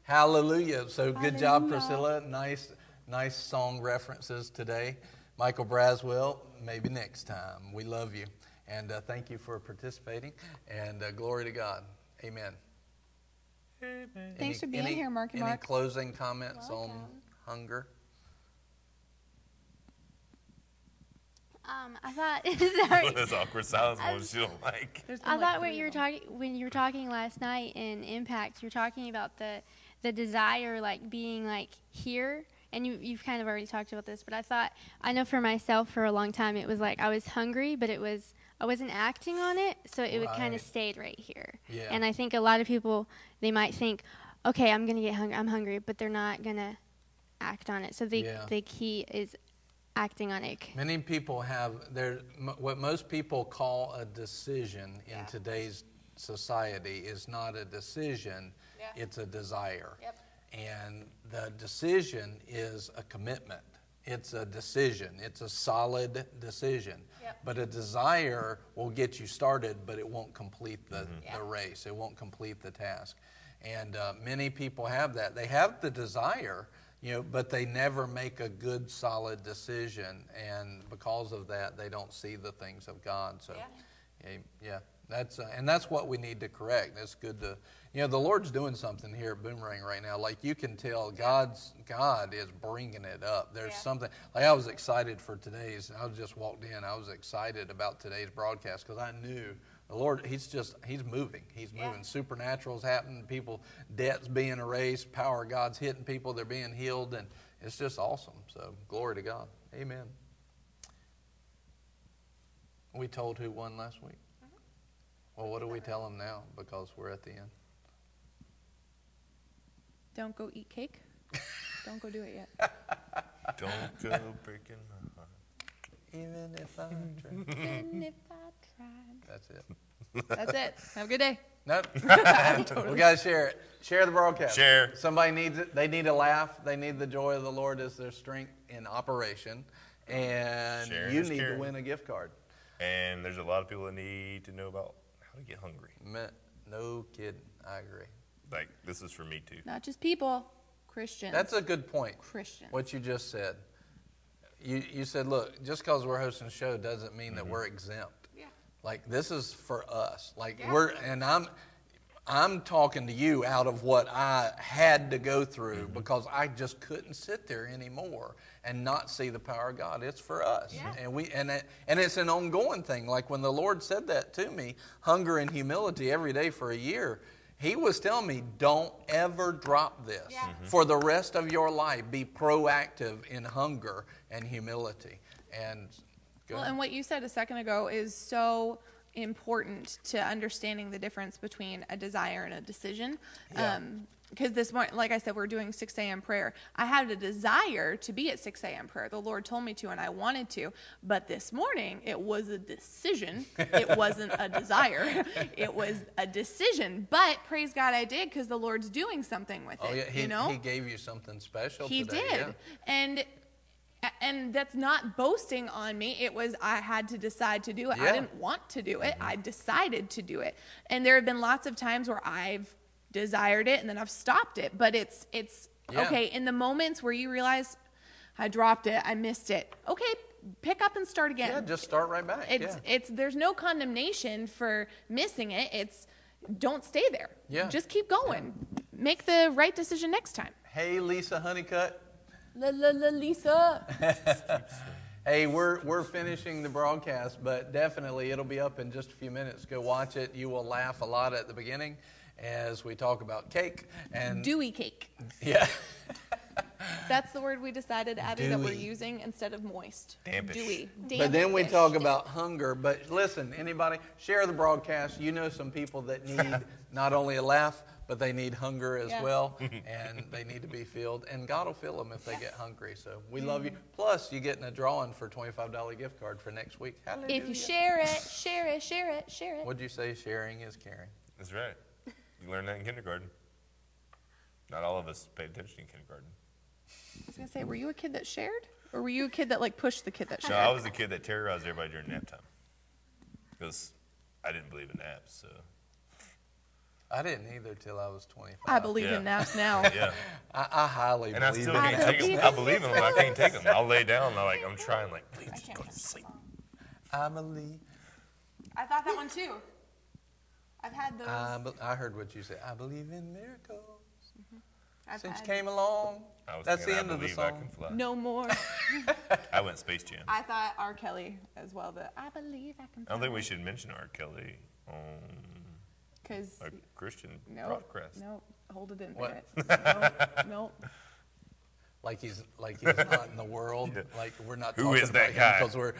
Hallelujah. So good job, Priscilla. Nice, nice song references today. Michael Braswell, maybe next time. We love you. And uh, thank you for participating. And uh, glory to God. Amen. Thanks for being here, Marky any Mark. closing comments on hunger? Um, I thought sorry. this awkward silence was you don't like. There's been I like thought three what you were of 'em. talking when you were talking last night in Impact, you were talking about the the desire like being like here and you you've kind of already talked about this, but I thought I know for myself for a long time it was like I was hungry, but it was I wasn't acting on it, so it would kind Right. of stayed right here. Yeah. And I think a lot of people they might think, "Okay, I'm going to get hungry. I'm hungry," but they're not going to act on it. So the Yeah. the key is acting on it. Many people have their m- what most people call a decision in today's society is not a decision, it's a desire. Yep. And the decision is a commitment. It's a decision. It's a solid decision. Yep. But a desire will get you started, but it won't complete the, Mm-hmm. Yeah. the race. It won't complete the task. And uh, many people have that. They have the desire, you know, but they never make a good, solid decision. And because of that, they don't see the things of God. So, yeah, yeah. that's uh, and that's what we need to correct. That's good to, you know, the Lord's doing something here at Boomerang right now. Like you can tell, God's God is bringing it up. There's Yeah. something. Like I was excited for today's. I just walked in. I was excited about today's broadcast because I knew the Lord. He's just He's moving. He's Yeah. moving. Supernatural's happening. People, debts being erased. Power of God's hitting people. They're being healed, and it's just awesome. So glory to God. Amen. We told who won last week. Well, what do we tell them now? Because we're at the end. Don't go eat cake. Don't go do it yet. Don't go breaking my heart. Even if I try. Even if I tried. That's it. That's it. Have a good day. Nope. We got to share it. Share the broadcast. Share. Somebody needs it. They need a laugh. They need the joy of the Lord as their strength in operation. And Sharing you is need to caring. win a gift card. And there's a lot of people that need to know about how to get hungry. Man, No kidding. I agree. Like this is for me too. Not just people, Christians. That's a good point. Christians. What you just said. You, you said, look, just because we're hosting a show doesn't mean that we're exempt. Yeah. Like this is for us. Like we're and I'm I'm talking to you out of what I had to go through because I just couldn't sit there anymore and not see the power of God. It's for us. And we and it, and it's an ongoing thing. Like when the Lord said that to me, hunger and humility every day for a year, he was telling me, don't ever drop this. For the rest of your life, be proactive in hunger and humility. And go Well, and what you said a second ago is so important to understanding the difference between a desire and a decision. Yeah. because this morning, like I said, we're doing 6 a.m. prayer. I had a desire to be at 6 a.m. prayer. The Lord told me to, and I wanted to. But this morning, it was a decision. It wasn't a desire. It was a decision. But praise God, I did because the Lord's doing something with Oh it. yeah, he, you know, he gave you something special. he today, did yeah. and and that's not boasting on me it was i had to decide to do it Yeah. Mm-hmm. i didn't want to do it i decided to do it and there have been lots of times where i've desired it and then i've stopped it but it's it's Yeah. okay in the moments where you realize i dropped it i missed it okay pick up and start again Yeah, just start right back. it's yeah. it's there's no condemnation for missing it it's don't stay there Yeah. just keep going make the right decision next time Hey, Lisa Honeycutt. la la la lisa Hey, we're we're finishing the broadcast, but definitely it'll be up in just a few minutes. Go watch it. You will laugh a lot at the beginning as we talk about cake and dewy cake. yeah, That's the word we decided, Abby, that we're Dewy. using instead of moist. Dampish. Dewy. but then we Dampish. talk about hunger. But listen, anybody share the broadcast. You know some people that need not only a laugh. But they need hunger as Yeah. well, and they need to be filled. And God will fill them if they get hungry. So we love you. Plus, you're getting a drawing for $25 gift card for next week. Hallelujah. If you share it, share it, share it, share it. What'd you say? Sharing is caring. That's right. You learned that in kindergarten. Not all of us paid attention in kindergarten. I was gonna say, were you a kid that shared, or were you a kid that like pushed the kid that No, shared? I was the kid that terrorized everybody during nap time. Because I didn't believe in naps, so I didn't either till I was 25. I believe Yeah. in naps now. yeah. I, I highly And I believe still in can't that. take them. I believe in them. I can't take them. I'll lay down. And I like I'm trying. Like please just go to sleep. I believe. I thought that one too. I've had those. Mm-hmm. I, be- I heard what you said. I believe in miracles. I've Since had came along. I was That's the thinking, end I of the believe I can song. fly. no more. I went Space Jam. I I thought R. Kelly as well. That I believe I can. don't think we should mention R. Kelly on Because a Christian no, broadcast. no, hold it in there. What? No, no. Like he's like he's not in the world. Like we're not Who talking is about that guy? because we're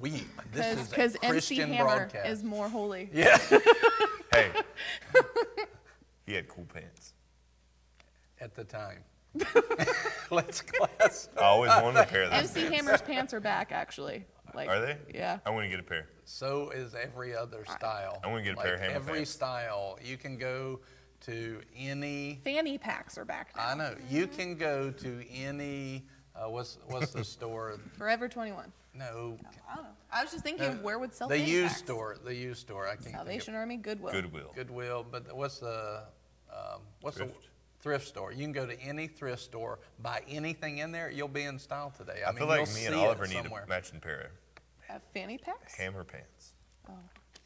we. This is Because a MC Christian Hammer broadcast. is more holy. yeah. Hey, he had cool pants. At the time. Let's class. I always wanted a pair of those. MC pants. Hammer's pants are back, actually. Like, Are they? Yeah. I want to get a pair. So is every other style. I wanna get a like pair of Hammer Every pants. style. You can go to any Fanny packs are back now. I know. You Mm-hmm. can go to any, uh, what's, what's the store? Forever 21. No. I don't know. Oh. I was just thinking no, of where would sell The fanny used packs. store, the used store. I can't think of- Salvation Army, Goodwill. Goodwill. Goodwill, but what's the, um, what's Thrift. the thrift store? You can go to any thrift store, buy anything in there, you'll be in style today. I, I mean, feel you'll like me and see Oliver it need somewhere. a matching pair Uh, fanny packs? of hammer pants.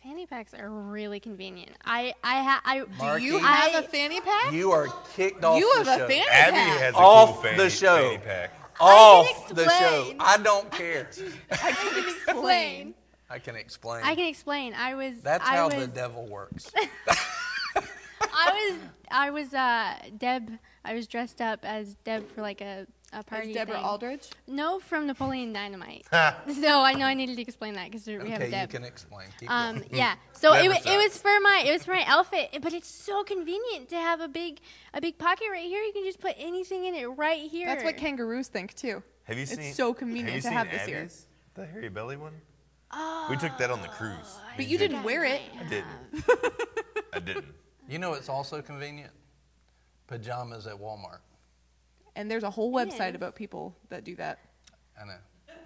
Fanny packs are really convenient. I I ha- I Marky. You I- have a fanny pack? You are kicked off You the have a show. fanny Abby pack. has a Off cool the fanny, show. fanny pack. Off can the show. explain. I don't care. I can explain. explain. I can explain. I can explain. I was That's I how was, the devil works. I was I was uh Deb. I was dressed up as Deb for like a, a party. Is Deborah thing. Aldridge? No, from Napoleon Dynamite. so I know I needed to explain that because we have okay, you Deb. can explain. Keep um, going. yeah. So it, Deb wa- is it up. was for my it was for my outfit, but it's so convenient to have a big a big pocket right here. You can just put anything in it right here. That's what kangaroos think, too. Have you It's seen? so have convenient you to seen have this here. Abby's? The hairy belly one. we took that on the cruise. But you didn't wear it. I didn't. I didn't. You know, it's also convenient. Pajamas at Walmart. And there's a whole website is. about people that do that. I know.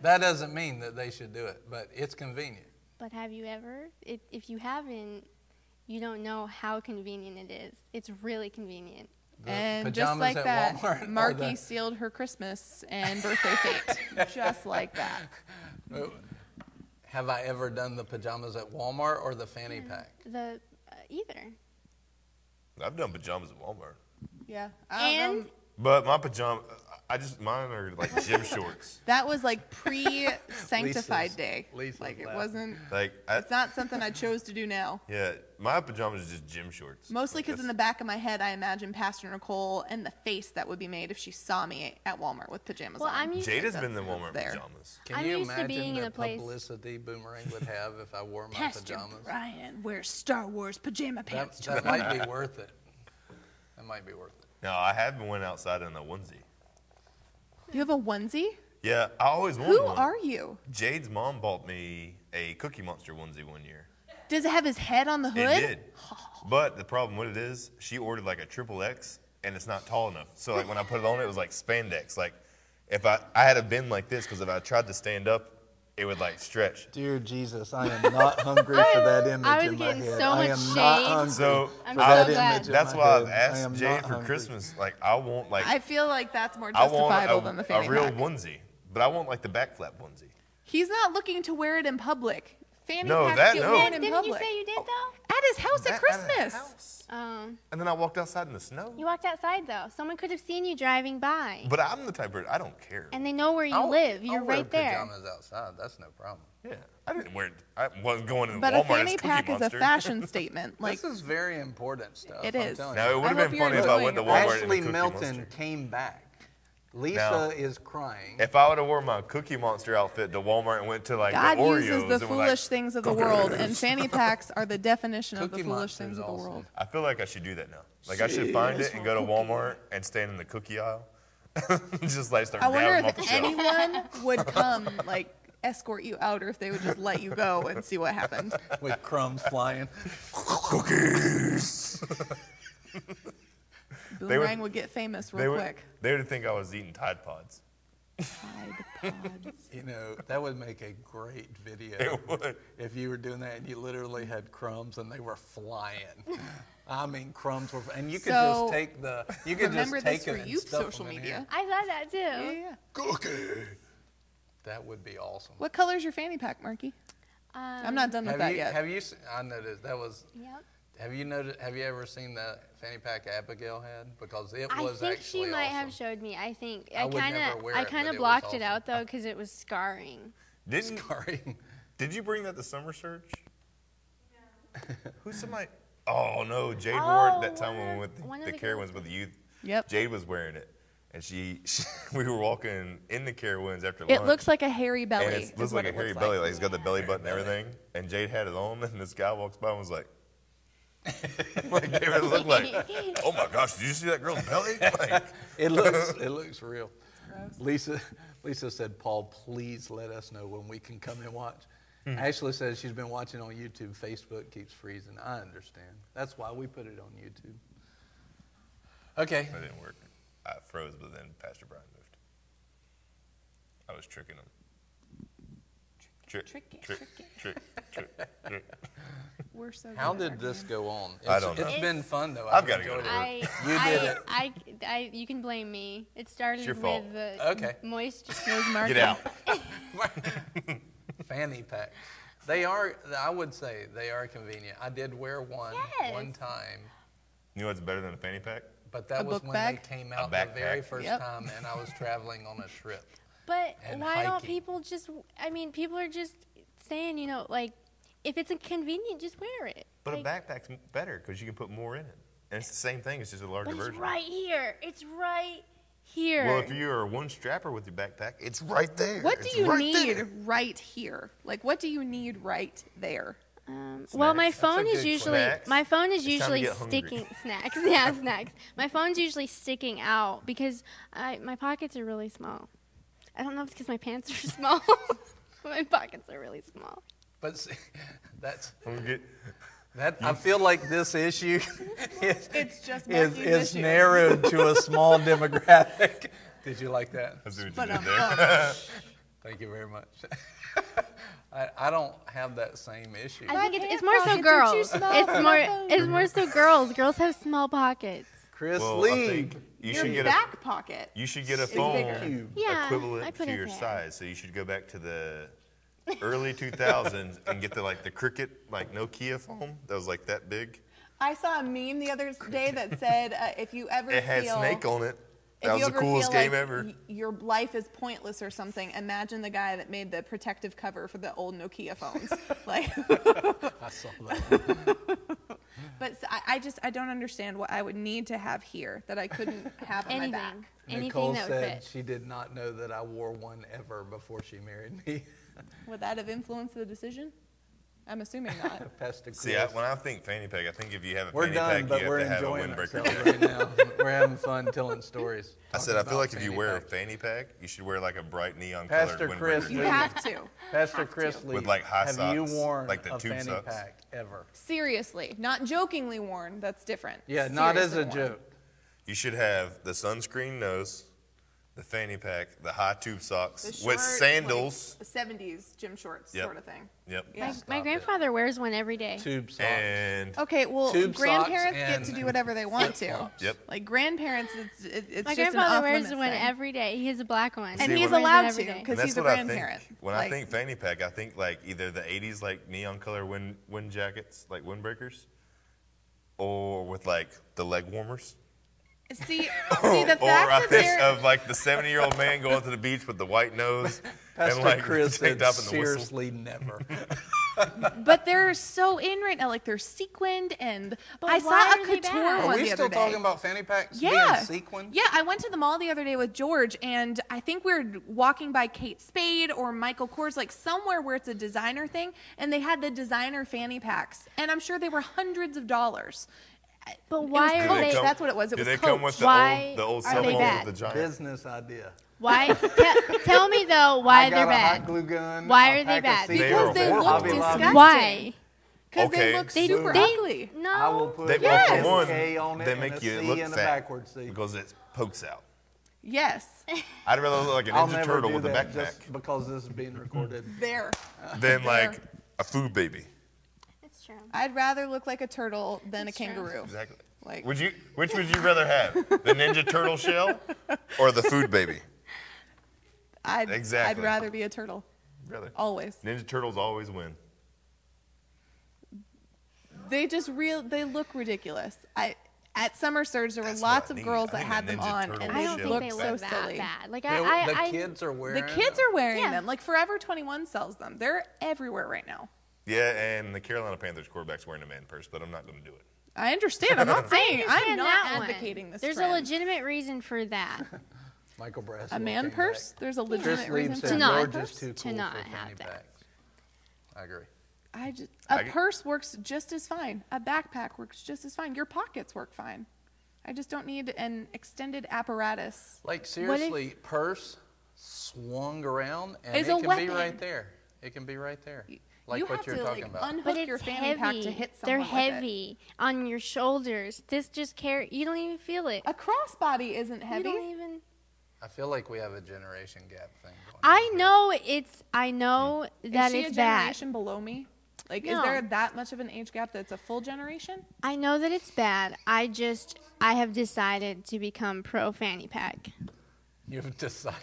That doesn't mean that they should do it, but it's convenient. But have you ever? If, if you haven't, you don't know how convenient it is. It's really convenient. The and just pajamas like at that, Walmart are Marky the- sealed her Christmas and birthday fate. just like that. Have I ever done the pajamas at Walmart or the fanny Mm. pack? The uh, either. I've done pajamas at Walmart. Yeah. And But my pajama, I just mine are like gym shorts. That was like pre sanctified Lisa's- day. Lisa's like it laughing. wasn't. Like I, It's not something I chose to do now. yeah, my pajamas are just gym shorts. Mostly Like, because in the that's- back of my head, I imagine Pastor Nicole and the face that would be made if she saw me at Walmart with pajamas well, on. I'm used. Jada's that's- been in that's Walmart there. pajamas. Can I'm you used to imagine being in the a place- publicity Boomerang would have if I wore my pajamas? Brian wears Star Wars pajama That, pants. that might be worth it. That might be worth it. No, I have been went outside in a onesie. you have a onesie? Yeah, I always wanted Who one. are you? Jade's mom bought me a Cookie Monster onesie one year. Does it have his head on the hood? It did. But the problem with it is she ordered like a triple X and it's not tall enough. So like when I put it on, it was like spandex. Like if I I had a bend like this because if I tried to stand up, it would like stretch. Dear Jesus, I am not hungry for that image I was in my getting head. so I much am not shade. hungry So I'm I- so glad. that's why I've asked Jade for Christmas. Like I want like I feel like that's more I want justifiable than the a, fanny a real pack. onesie, but I want like the back flap onesie. He's not looking to wear it in public. Fanny No, pack that- you no. wear it in Didn't you public. say you did though? At his house at That- out of the Christmas. house. Um, And then I walked outside in the snow. you walked outside though. Someone could have seen you driving by. But I'm the type of person I don't care. and they know where you I'll- live. You're I'll wear right there. Pajamas outside. That's no problem. yeah, I didn't wear. I wasn't going to But Walmart. a fanny as Cookie pack is a Monster. fashion statement. Like This is very important stuff. It I'm is. telling Now you. it would I have hope been you're funny if I went to enjoying Walmart Ashley in a Cookie Melton Monster. came back. Lisa Now- is crying. If I would have wore my Cookie Monster outfit to Walmart and went to like God the Oreos, uses the and was like, foolish things of the world, and fanny packs are the definition of the Cookie foolish Monster things is of the awesome. world. I feel like I should do that now. Like I should find it and go to Walmart and stand in the cookie aisle, just like start I wonder grabbing them off the if shelf. anyone would come, like escort you out, or if they would just let you go and see what happened. with crumbs flying. Cookies. would- Boomerang would, get famous They real would, quick. they would think I was eating Tide Pods. You know, that would make a great video. It would. If you were doing that and you literally had crumbs and they were flying. I mean, crumbs were, and you could So, just take the, you could just remember this take for it and youth stuff social them in media. here. I thought that too. Yeah, yeah. Cookie. That would be awesome. What color is your fanny pack, Marky? Um, I'm not done with have that you, yet. have you, se- I noticed that was, Yep. have you noticed, have you ever seen the fanny pack Abigail had? Because it I was think actually she might awesome. have showed me. I think I I would kind never of wear I it, but kind it of was blocked awesome. it out though because it was scarring. Didn't Sorry. did you bring that to summer search? Who's somebody? Oh no, Jade wore it that Oh, time when we one went of- one to of the, the Carowinds girls with the youth. Yep. Jade was wearing it, and she, she we were walking in the Carowinds after lunch. It looks like a hairy belly. And it is looks what like a it hairy looks belly. Like. he's got the belly button and everything. And Jade had it on, and this guy walks by and was like, like David it looked like, oh my gosh, did you see that girl's belly? Like, It looks it looks real. Lisa Lisa said, Paul, please let us know when we can come and watch. Ashley says she's been watching on YouTube. Facebook keeps freezing. I understand. That's why we put it on YouTube. Okay. that didn't work. I froze, but then Pastor Brian moved. I was tricking him. Trick, trick, trick it, trick, trick, trick, trick. We're so How good at did our this game. go on? It's, I don't know. it's been fun though. I've gotta go enjoyed to it. work. I, You I, did it. I, I- you can blame me. It started your with fault. the Okay. moisture. Those Marky. Get out. Fanny pack. They are. I would say they are convenient. I did wear one one Yes. time, You know what's better than a fanny pack? but that A was book when bag? they came out the backpack. very first Yep. time, and I was traveling on a trip. But And why don't hiking. people just? I mean, people are just saying, you know, like if it's inconvenient, just wear it. But a Like, backpack's better because you can put more in it. And it's the same thing, it's just a larger But it's version. right here. It's right here. Well, if you are one strapper with your backpack, it's right there. What do It's you right need there. right here? Like, what do you need right there? Um, well, my That's Snacks. a phone is good usually question. my phone is It's time to usually get hungry. sticking snacks. Yeah, snacks. My phone's usually sticking out because I, my pockets are really small. I don't know if it's because my pants are small. my pockets are really small. But see, that's We'll get- that. I feel like this issue is, It's just is, Marky's is issue. narrowed to a small demographic. Did you like that? I see what you But did um, there. Thank you very much. I, I don't have that same issue. I think it's, it's more hand pockets so are too girls. small It's for more my phone. it's more so girls. Girls have small pockets. Chris Well, I Lee. think you your should get a back pocket. you should get a bigger. phone Yeah, I equivalent put to it your there. size. So you should go back to the early 2000s and get the like the Cricket like Nokia phone that was like that big. I saw a meme the other day that said, uh, "If you ever It had feel Snake on it. if That was you the ever coolest feel game like ever. y- your life is pointless or something. Imagine the guy that made the protective cover for the old Nokia phones. like, I saw that. but s- I, I just I don't understand what I would need to have here that I couldn't have on my back. Anything. Anything Nicole that would said fit. she did not know that I wore one ever before she married me. Would that have influenced the decision? I'm assuming not. Passed to Chris. See, I, when I think fanny pack, I think if you have a we're fanny done, pack, but you have we're to have a enjoying windbreaker. ourselves right now. we're having fun telling stories. I said, I talking feel like about if you fanny wear a packs. fanny pack, you should wear like a bright neon Pastor colored Chris windbreaker. you Lee. have to. Pastor Chris Lee, With, like, high have you socks, worn like the a tube fanny socks. pack ever? Seriously, not jokingly worn. That's different. Yeah, not as a Seriously worn. joke. You should have the sunscreen nose, the fanny pack, the high tube socks The with short, sandals. like, 70s gym shorts Yep. sort of thing. yep. Yeah. My, it. my grandfather wears one every day. Tube socks. And Okay, well, Tube socks grandparents get to and do whatever they want to. flip-flops. Yep. Like grandparents, it's it, it's My just an grandfather wears off-limits one thing. every day. He has a black one. And See, when I- he's Wears one allowed every to day. because And he's a what I grandparent. think. When I Like, think fanny pack, I think like either the 80s like neon color wind wind jackets, like windbreakers, or with like the leg warmers. see, see the fact or I that think they're of like the 70 year old man going to the beach with the white nose Pastor and like Chris tacked said, up in the whistle. seriously, never. but they're so in right now. Like they're sequined and But I saw why a are they couture bad? one Are we the still other talking day. about fanny packs yeah. being sequined? Yeah, I went to the mall the other day with George, and I think we were walking by Kate Spade or Michael Kors, like somewhere where it's a designer thing, and they had the designer fanny packs, and I'm sure they were hundreds of dollars. But why Do Do are Coach, they they? come- Oh, that's what it was. It do was they come Coach. with the Why old, the old are cell they phones bad? with the giant? Business idea. Why? te- tell me though, why I got they're a bad? hot glue gun. Why a are they pack of bad? sequins, Because they a look Hobby Lobby. disgusting. Why? Because Okay, they look they- super they- ugly. No. I will put They, a well, Yes. for one, K on it they and a make you C look and a fat backwards C. because it pokes out. Yes, I'd rather look like a I'll Ninja never Turtle do with a that backpack just because this is being recorded. there. than like a food baby. It's true. I'd rather look like a turtle than That's a true. kangaroo. Exactly. Like- would you? Which would you rather have, the Ninja Turtle shell or the food baby? I'd, Exactly. I'd rather be a turtle Rather. always. Ninja Turtles always win. They just real. They look ridiculous. I at Summer Surge there were That's what lots I of need. girls I that need had a them Ninja on, Turtle and I they shell. don't looked think they so look that silly. bad. Like They- I, the I, I kids are wearing. The kids are wearing Yeah. them. Like Forever 21 sells them. They're everywhere right now. Yeah, and the Carolina Panthers quarterback's wearing a man purse, but I'm not going to do it. I understand. I'm not saying I'm understand not that one. advocating this. There's trend. a legitimate reason for that. Michael Brass. a man purse. There's a Chris legitimate Lee reason said for To not- you're that. just too to cool not for have fanny that. packs. I agree. I just a I g- purse works just as fine. A backpack works just as fine. Your pockets work fine. I just don't need an extended apparatus. Like seriously, purse swung around and Is it a can be weapon. right there. It can be right there. Like you what have you're to talking like about. unhook But it's your fanny heavy. pack to hit someone. They're with it. heavy on your shoulders. This just carry. You don't even feel it. A crossbody isn't You heavy. don't even. I feel like we have a generation gap thing going. on. I know it's. I know that is she it's a bad. generation below me? Like, is No. there that much of an age gap that's a full generation? I know that it's bad. I just. I have decided to become pro fanny pack. You've decided.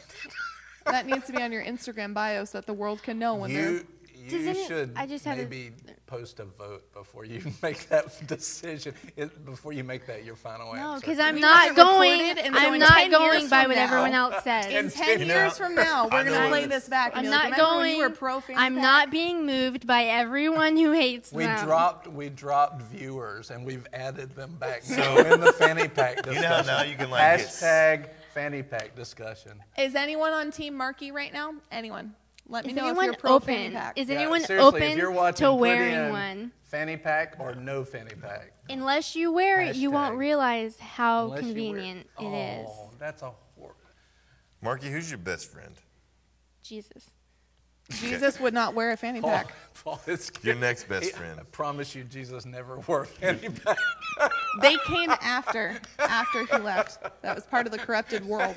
That needs to be on your Instagram bio so that the world can know when they're. You, you Doesn't it- should I just have a- maybe post a vote before you make that decision. It, before you make that your final answer. No, because I'm We not want it going. recorded, and so I'm in not 10 years going by from what now- everyone else In says. ten you years know, from now, I we're know gonna play what this back. and I'm be like, not "Remember when going. You were pro fanny I'm pack?" not being moved by everyone who hates We them. dropped we dropped viewers and we've added them back now So- in the fanny pack discussion. You know how now you can like get s- Hashtag fanny pack discussion. Is anyone on Team Marky right now? Anyone? Let me Is know if you're anyone pro fanny open? pack. Is Yeah, anyone seriously, if you're open watching, to put wearing in one? Fanny pack or no fanny pack. Unless you wear it, you won't Hashtag. realize how Unless you wear- Oh, convenient it is. Oh, that's a horror. Marky, who's your best friend? Jesus. Jesus would not wear a fanny Paul, pack. Paul is scared. Your next best He- friend. I promise you, Jesus never wore any back. They came after after he left. That was part of the corrupted world.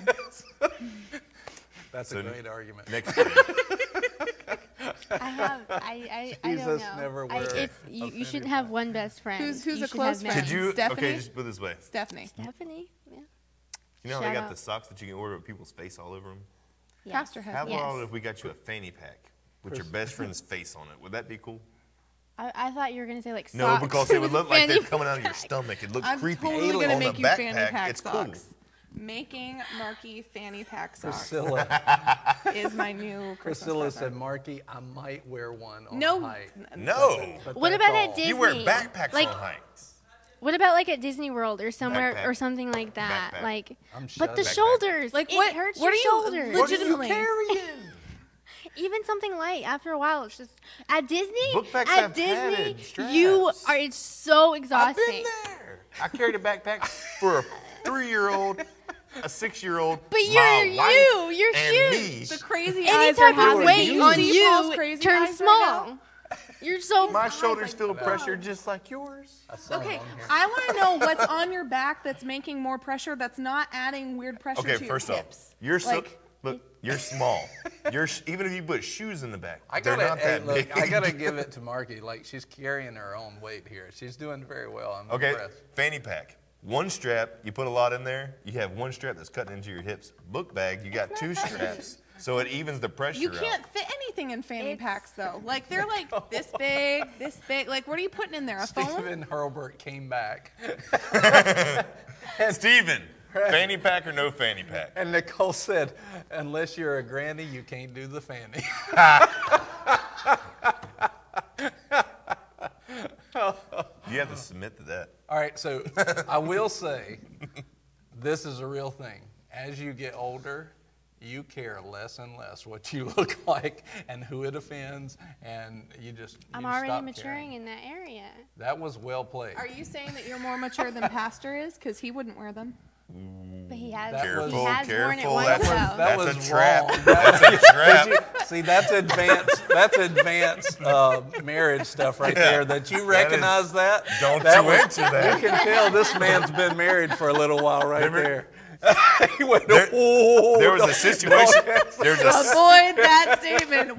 That's So a n- great argument. Next friend. I have. I. I, I don't Jesus know. never I, wear it's, a you, you should fanny have pack. one best friend. Who's- who's You a should close have many. Could you? Stephanie? Okay, just put it this way. Stephanie, Stephanie. Yeah. You know how they Shout got out. the socks that you can order with people's face all over them? Yes. pastor has How one. Yes. about if we got you a fanny pack with your best friend's face on it? Would that be cool? I, I thought you were gonna say like. No, socks because it would with look like they're fanny coming out of your pack. stomach. It looked I'm creepy. totally on gonna the make you backpack, fanny pack it's socks. cool. Making Marky fanny pack socks Priscilla, is my new Christmas Priscilla present. said, Marky, I might wear one on No. hike. No, But What that's about that all. Disney? you wear backpacks like, on hikes. What about like at Disney World or somewhere Backpack. or something like that? Backpack. Like, I'm but the shut- Backpack. shoulders, Like, it what- hurts what your are you shoulders. What do you legitimately. Carrying. Even something light. After a while, it's just at Disney. Book bags at have Disney, padded you straps. are. It's so I've exhausting. been there. I carried a backpack for a three-year-old, a six-year-old, But my you're wife, you. You're and huge. me. The crazy Any eyes are type happening. of weight You on see Paul's you crazy turns eyes right now? small. You're so. My shoulders feel pressure just like yours. I saw Okay, one here. I want to know what's on your back that's making more pressure that's not adding weird pressure Okay, to your first off, hips. you're so Like- look. You're small. You're sh- even if you put shoes in the back, I they're gotta, not hey, that look, big. I gotta give it to Marky. Like she's carrying her own weight here. She's doing very well. I'm Okay, impressed. fanny pack. One strap, you put a lot in there. You have one strap that's cutting into your hips. Book bag, you got two straps, so it evens the pressure You out. can't fit anything in fanny It's- packs though. Like they're like this big, this big. Like what are you putting in there? A phone? Stephen Hurlburt came back, Steven, fanny pack or no fanny pack? and Nicole said, "Unless you're a granny, you can't do the fanny." You have to submit to that. All right, so I will say, this is a real thing. As you get older, you care less and less what you look like and who it offends, and you just I'm you already stop maturing caring. in that area. That was well played. Are you saying that you're more mature than Pastor is? Because he wouldn't wear them. But he has. That was- he has worn Mm, it Careful, once that's- though. that That's a was trap. wrong. That's a trap. See, that's advanced. That's advanced uh, marriage stuff right there. That you recognize that? Don't that you was- answer that. You can tell this man's been married for a little while right Remember- there. He went, There- "Oh." There was a situation. There was a Avoid that statement.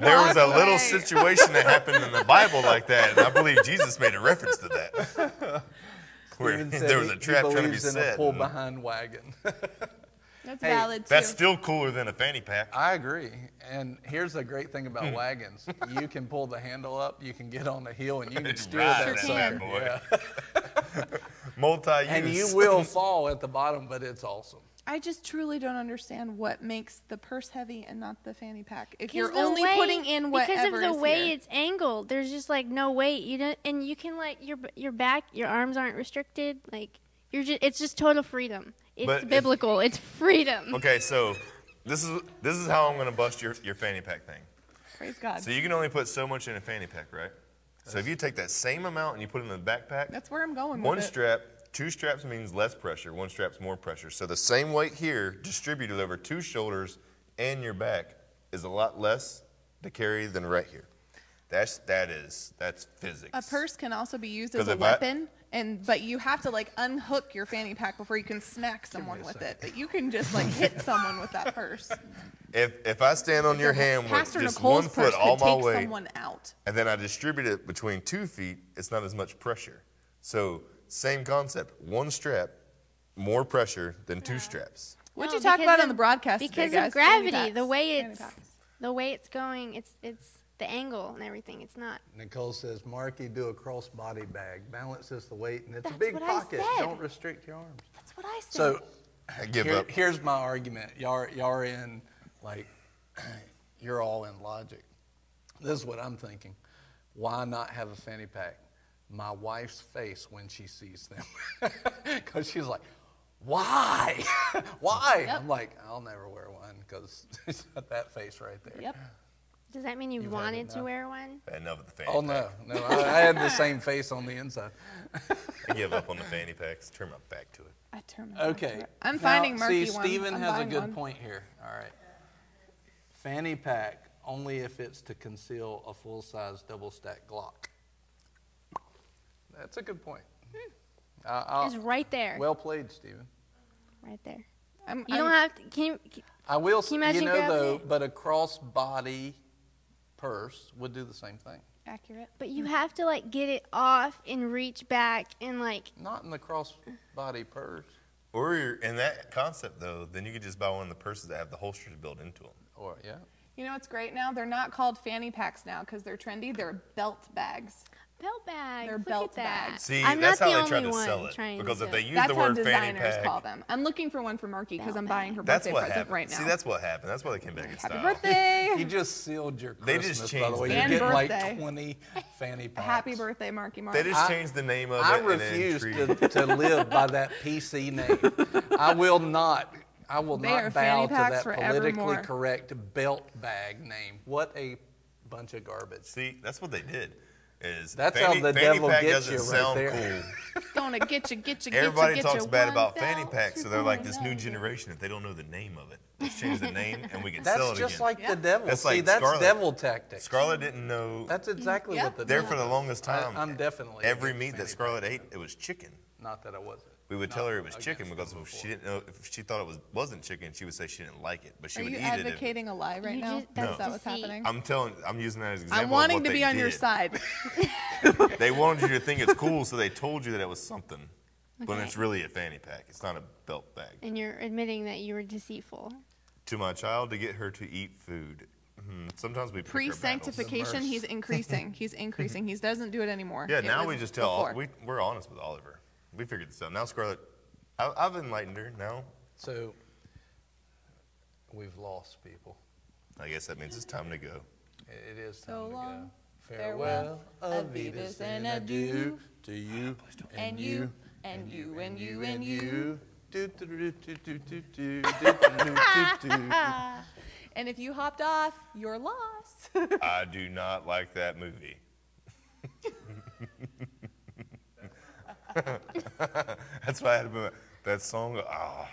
There was Walk a little away. situation that happened in the Bible like that, and I believe Jesus made a reference to that. Where Stephen said there was he- a trap he trying to be believes in set. A pull and behind wagon. That's Hey, valid too. That's still cooler than a fanny pack. I agree. And here's the great thing about wagons: you can pull the handle up, you can get on the hill, and you can steer Ride that that sucker. bad boy. Yeah. Multi-use. And you will fall at the bottom, but it's awesome. I just truly don't understand what makes the purse heavy and not the fanny pack. If 'Cause you're the only way- putting in whatever because of the is way here. it's angled. There's just like no weight. You don't, and you can like your your back, your arms aren't restricted. Like you're just, it's just total freedom. It's But if- biblical. it's freedom. Okay, so this is this is how I'm gonna bust your, your fanny pack thing. praise God. So you can only put so much in a fanny pack, right? So if you take that same amount and you put it in the backpack, That's where I'm going with One it. strap, two straps means less pressure, one strap's more pressure. So the same weight here, distributed over two shoulders and your back, is a lot less to carry than right here. That's that is that's physics. a purse can also be used 'Cause as a if I- weapon, and but you have to like unhook your fanny pack before you can smack someone with it. But you can just like hit someone with that purse. If if I stand on your hand with Pastor just one Nicole's purse foot all could my take weight, someone out. and then I distribute it between two feet, it's not as much pressure. So same concept, one strap, more pressure than two straps. What'd No, you talk because about on of- the broadcast? today, Because guys? of gravity, Fanny the packs. way Fanny it's packs. the way it's going. It's it's the angle and everything. It's not. Nicole says, Marky, do a crossbody bag. Balances the weight, and it's a That's big what I pocket. said. Don't restrict your arms. That's what I said. So, I give here- up. here's my argument. Y'all, are- y'all are in, like, you're all in logic. This is what I'm thinking. Why not have a fanny pack? My wife's face when she sees them. Because she's like, why? why? I'm like, I'll never wear one because that face right there. Yep. Does that mean you had wanted to enough. wear one? Enough of the fanny Oh, pack. no. No, I, I had the same face on the inside. I give up on the fanny packs. Turn my back to it. I turn my back Okay. to it. I'm Now, finding Marky See, one. Steven I'm has a buying good one. point here. All right. Fanny pack only if it's to conceal a full size double stack Glock. That's a good point. Hmm. I- I'll- It's right there. well played, Stephen. right there. I'm, You don't have to. Can you? Can, I will, Can you s- you imagine know, grabbing though, it? but a crossbody purse would do the same thing. accurate. but you have to like get it off and reach back and like. Not in the crossbody purse. Or you're, in that concept though, then you could just buy one of the purses that have the holsters built into them. Or, yeah. You know what's great now? They're not called fanny packs now because they're trendy. They're belt bags. Belt bags. They're look belt at that. bags. See, I'm that's not the how they only tried to one sell it. trying to Because if do they it. use That's the how word fanny designers pack, call them. I'm looking for one for Marky because Belt I'm bag. buying her that's birthday what present happened. right now. See, that's what happened. That's why they came back in Happy style. birthday! You just sealed your They Christmas, just by the changed way. You're that. getting And like birthday. 20 fanny packs. Happy birthday, Marky Mark. They just I- changed the name of I it. refuse and then to, treated- to live by that PC name. I will not. I will They are not bow fanny to packs that politically forevermore. correct belt bag name. What a bunch of garbage. See, that's what they did. Is That's fanny, how the fanny devil pack gets doesn't you right sound there. cool. gonna get you, get you, get Everybody you, get talks you bad one about fanny belt, packs, so two they're like point this new nine. generation that they don't know the name of it. Let's change the name and we can That's sell it just again. like the devil. That's See, like that's Scarlet. devil tactics. Scarlett didn't know. That's exactly Mm, Yeah. what the there devil for the does. longest I- time. I'm definitely every against meat fanny that Scarlett ate, it was chicken. pack. Not that I wasn't. We would Not tell her it was against chicken them because if before. she didn't know if she thought it was wasn't chicken, she would say she didn't like it, but she Are would you eat it. advocating a lie right You now? just- That's No. that what's Just eat. happening. If, I'm telling. I'm using that as an example. I'm of wanting what to they be on your did. side. They wanted you to think it's cool, so they told you that it was something, but Okay. it's really a fanny pack. It's not a belt bag. And you're admitting that you were deceitful. To my child, to get her to eat food. Hmm, Sometimes we pick our Pre battles. sanctification, he's increasing. He's increasing. He doesn't do it anymore. Yeah, It now was we just tell. All, before. we we're honest with Oliver. We figured this out. Now Scarlett, I, I've enlightened her. Now So we've lost people. I guess that means it's time to go. It is time So to long, go. farewell, Farewell, Avidas, and adieu to you and you and you and you and you. Do, do, do, do, do, do, do, do, do, do, do. And if you hopped off, you're lost. I do not like that movie. That's why I had to move. That song. Oh, I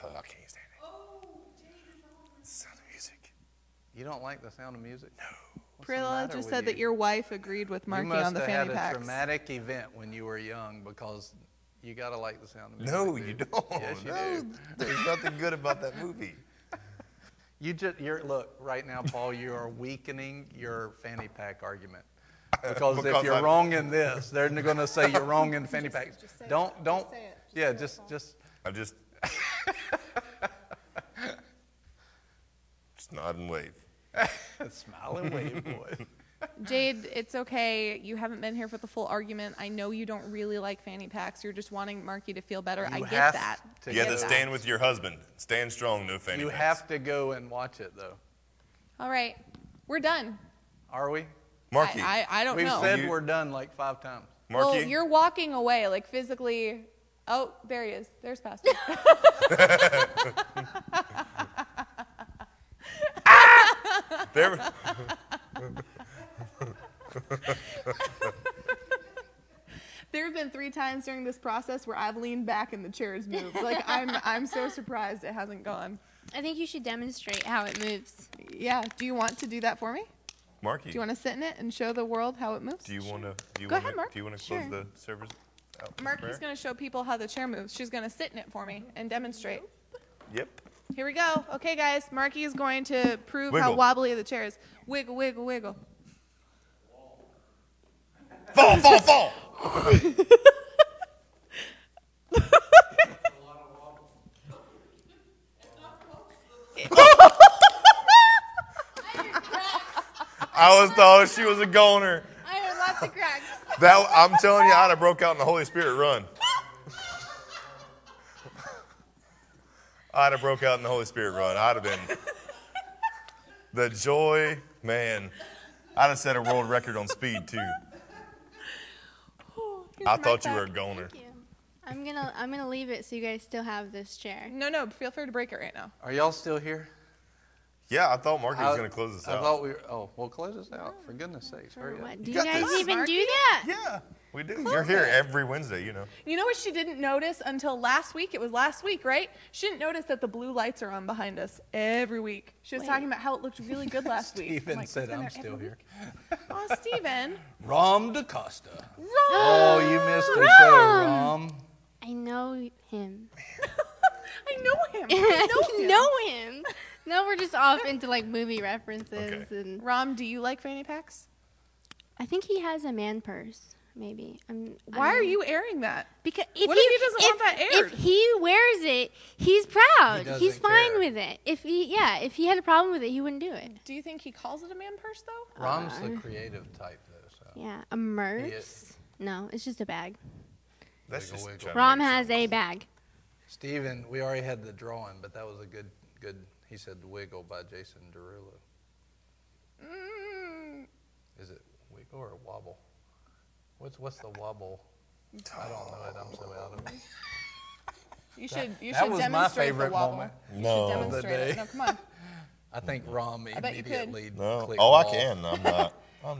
can't stand it. Sound of music. You don't like the sound of music? No. Prilla just said that your wife agreed with Marky you must on the have fanny had packs. a traumatic event when you were young because you gotta like the sound of music. No, you dude. don't. Yes, you no, do. there's nothing good about that movie. You just you're look right now, Paul. You are weakening your fanny pack argument because, Because if you're I'm- wrong in this, they're going to say you're wrong in fanny packs. don't don't. yeah, just just I'm just. just nod and wave. smile and wave, boy. Jade, it's okay. You haven't been here for the full argument. I know you don't really like fanny packs. You're just wanting Marky to feel better. I You get have that. to You go- have to stand with your husband. Stand strong, no fanny You packs. have to go and watch it though. All right, we're done. Are we? Marky. I, I, I don't We've know. said You- we're done like five times. Marky. Well, you're walking away, like physically. Oh, there he is. There's Pastor. There- there have been three times during this process where I've leaned back and the chair has moved. Like I'm, I'm so surprised it hasn't gone. I think you should demonstrate how it moves. Yeah. Do you want to do that for me? Marky. Do you want to sit in it and show the world how it moves? Do you want to? Do you Go want ahead, to? Mark. Do you want to Sure. close the servers? out Mark, prayer? he's going to show people how the chair moves. She's going to sit in it for me and demonstrate. Yep. Here we go. Okay, guys. Marky is going to prove how Wiggle. wobbly the chair is. Wiggle, wiggle, wiggle. Fall, fall, fall. I was thought she was a goner. I heard lots of cracks. That I'm telling you, I'd have broke out in the Holy Spirit run. I'd have broke out in the Holy Spirit run. I'd have been the joy, man. I'd have set a world record on speed too. I thought you were a goner. I'm gonna I'm gonna leave it so you guys still have this chair. No, no. Feel free to break it right now. Are y'all still here? Yeah, I thought Marky I- was gonna close this I out. thought we were. Oh, well, close this out for goodness sakes. For Hurry up. what? Do you, got guys this. even do that? yeah, We do. You're here it. every Wednesday, you know. You know what she didn't notice until last week? It was last week, right? She didn't notice that the blue lights are on behind us every week. She was talking about how it looked really good last week. Even like, said "It's been I'm there still every here. Oh, Steven. Rom DaCosta. Rom! Oh, you missed her show, Rom. I know him. I know him. I know him. I know him. No, we're just off into like movie references, Okay. and Rom, do you like fanny packs? I think he has a man purse. Maybe. I'm, Why I'm- are you airing that? Because if What he, if he doesn't want that aired? If he wears it, he's proud. doesn't he's fine care. with it. If he, yeah, if he had a problem with it, he wouldn't do it. Do you think he calls it a man purse though? Rom's the creative type, though. So. Yeah, a merce. No, it's just a bag. That's Wiggle, just wiggle. trying to Rom make has sense. a bag. Steven, we already had the drawing, but that was a good, good. He said "Wiggle" by Jason Derulo. Mm. Is it wiggle or wobble? What's what's the wobble? I don't know it. I'm so out of it. You should. You that should was my demonstrate favorite the wobble. moment. You should No, demonstrate it. day. No, come on. I think Rom bet you could. immediately. no. clicked Oh, I wall. can. I'm not. I'm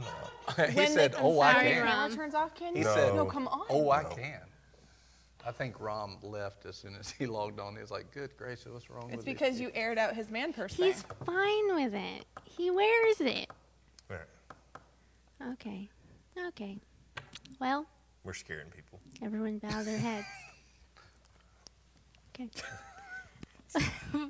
not. he When said, the- I'm "Oh, I sorry, can." Camera Rom. turns off. Can He you? No. said, No, come on. "Oh, I No. can." I think Rom left as soon as he logged on. He was like, "Good gracious, what's wrong It's with these because you people?" aired out his man purse. He's thing. fine with it. He wears it. All right. Okay. Okay. Well, We're scaring people. everyone bow their heads. Okay.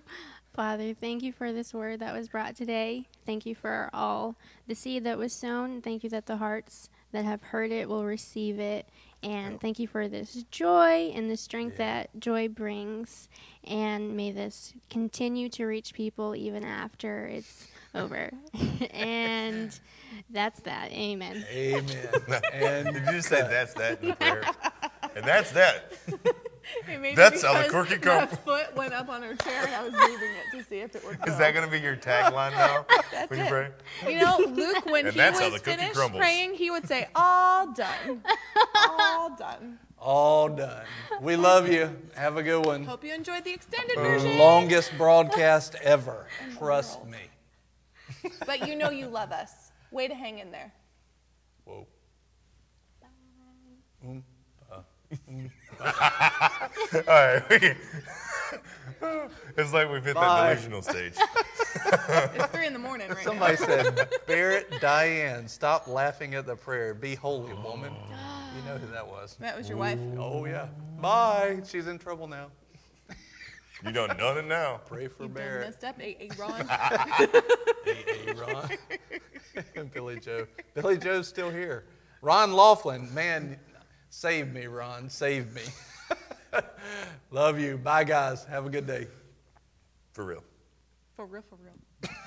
Father, thank you for this word that was brought today. Thank you for all the seed that was sown. Thank you that the hearts that have heard it will receive it. And thank you for this joy and the strength that joy brings. And may this continue to reach people even after it's over. and that's that. Amen. Amen. and Did you just say that's that in the prayer? and that's that. It may be That's how the because corky come. My foot went up on her chair, and I was moving it to see if it would. Go. Is that going to be your tagline now? That's when you it. pray? You know, Luke, when And he that's how was the cookie finished crumbles. praying, he would say, "All done, all done." All done. We love you. Have a good one. Hope you enjoyed the extended Oh. version. Longest broadcast ever. Trust me. But you know you love us. Way to hang in there. Whoa. All right. we- it's like we've hit Bye. that delusional stage. It's three in the morning right now. Somebody said, Barrett Diane, stop laughing at the prayer. Be holy, woman. You know who that was. That was your wife. Oh, yeah. Bye. She's in trouble now. You done done it now. Pray for You done Barrett. messed up, a a Ron. Hey, Ron. and Billy Joe. Billy Joe's still here. Ron Laughlin, man, save me, Ron. Save me. Love you. Bye, guys. Have a good day. For real. For real, for real.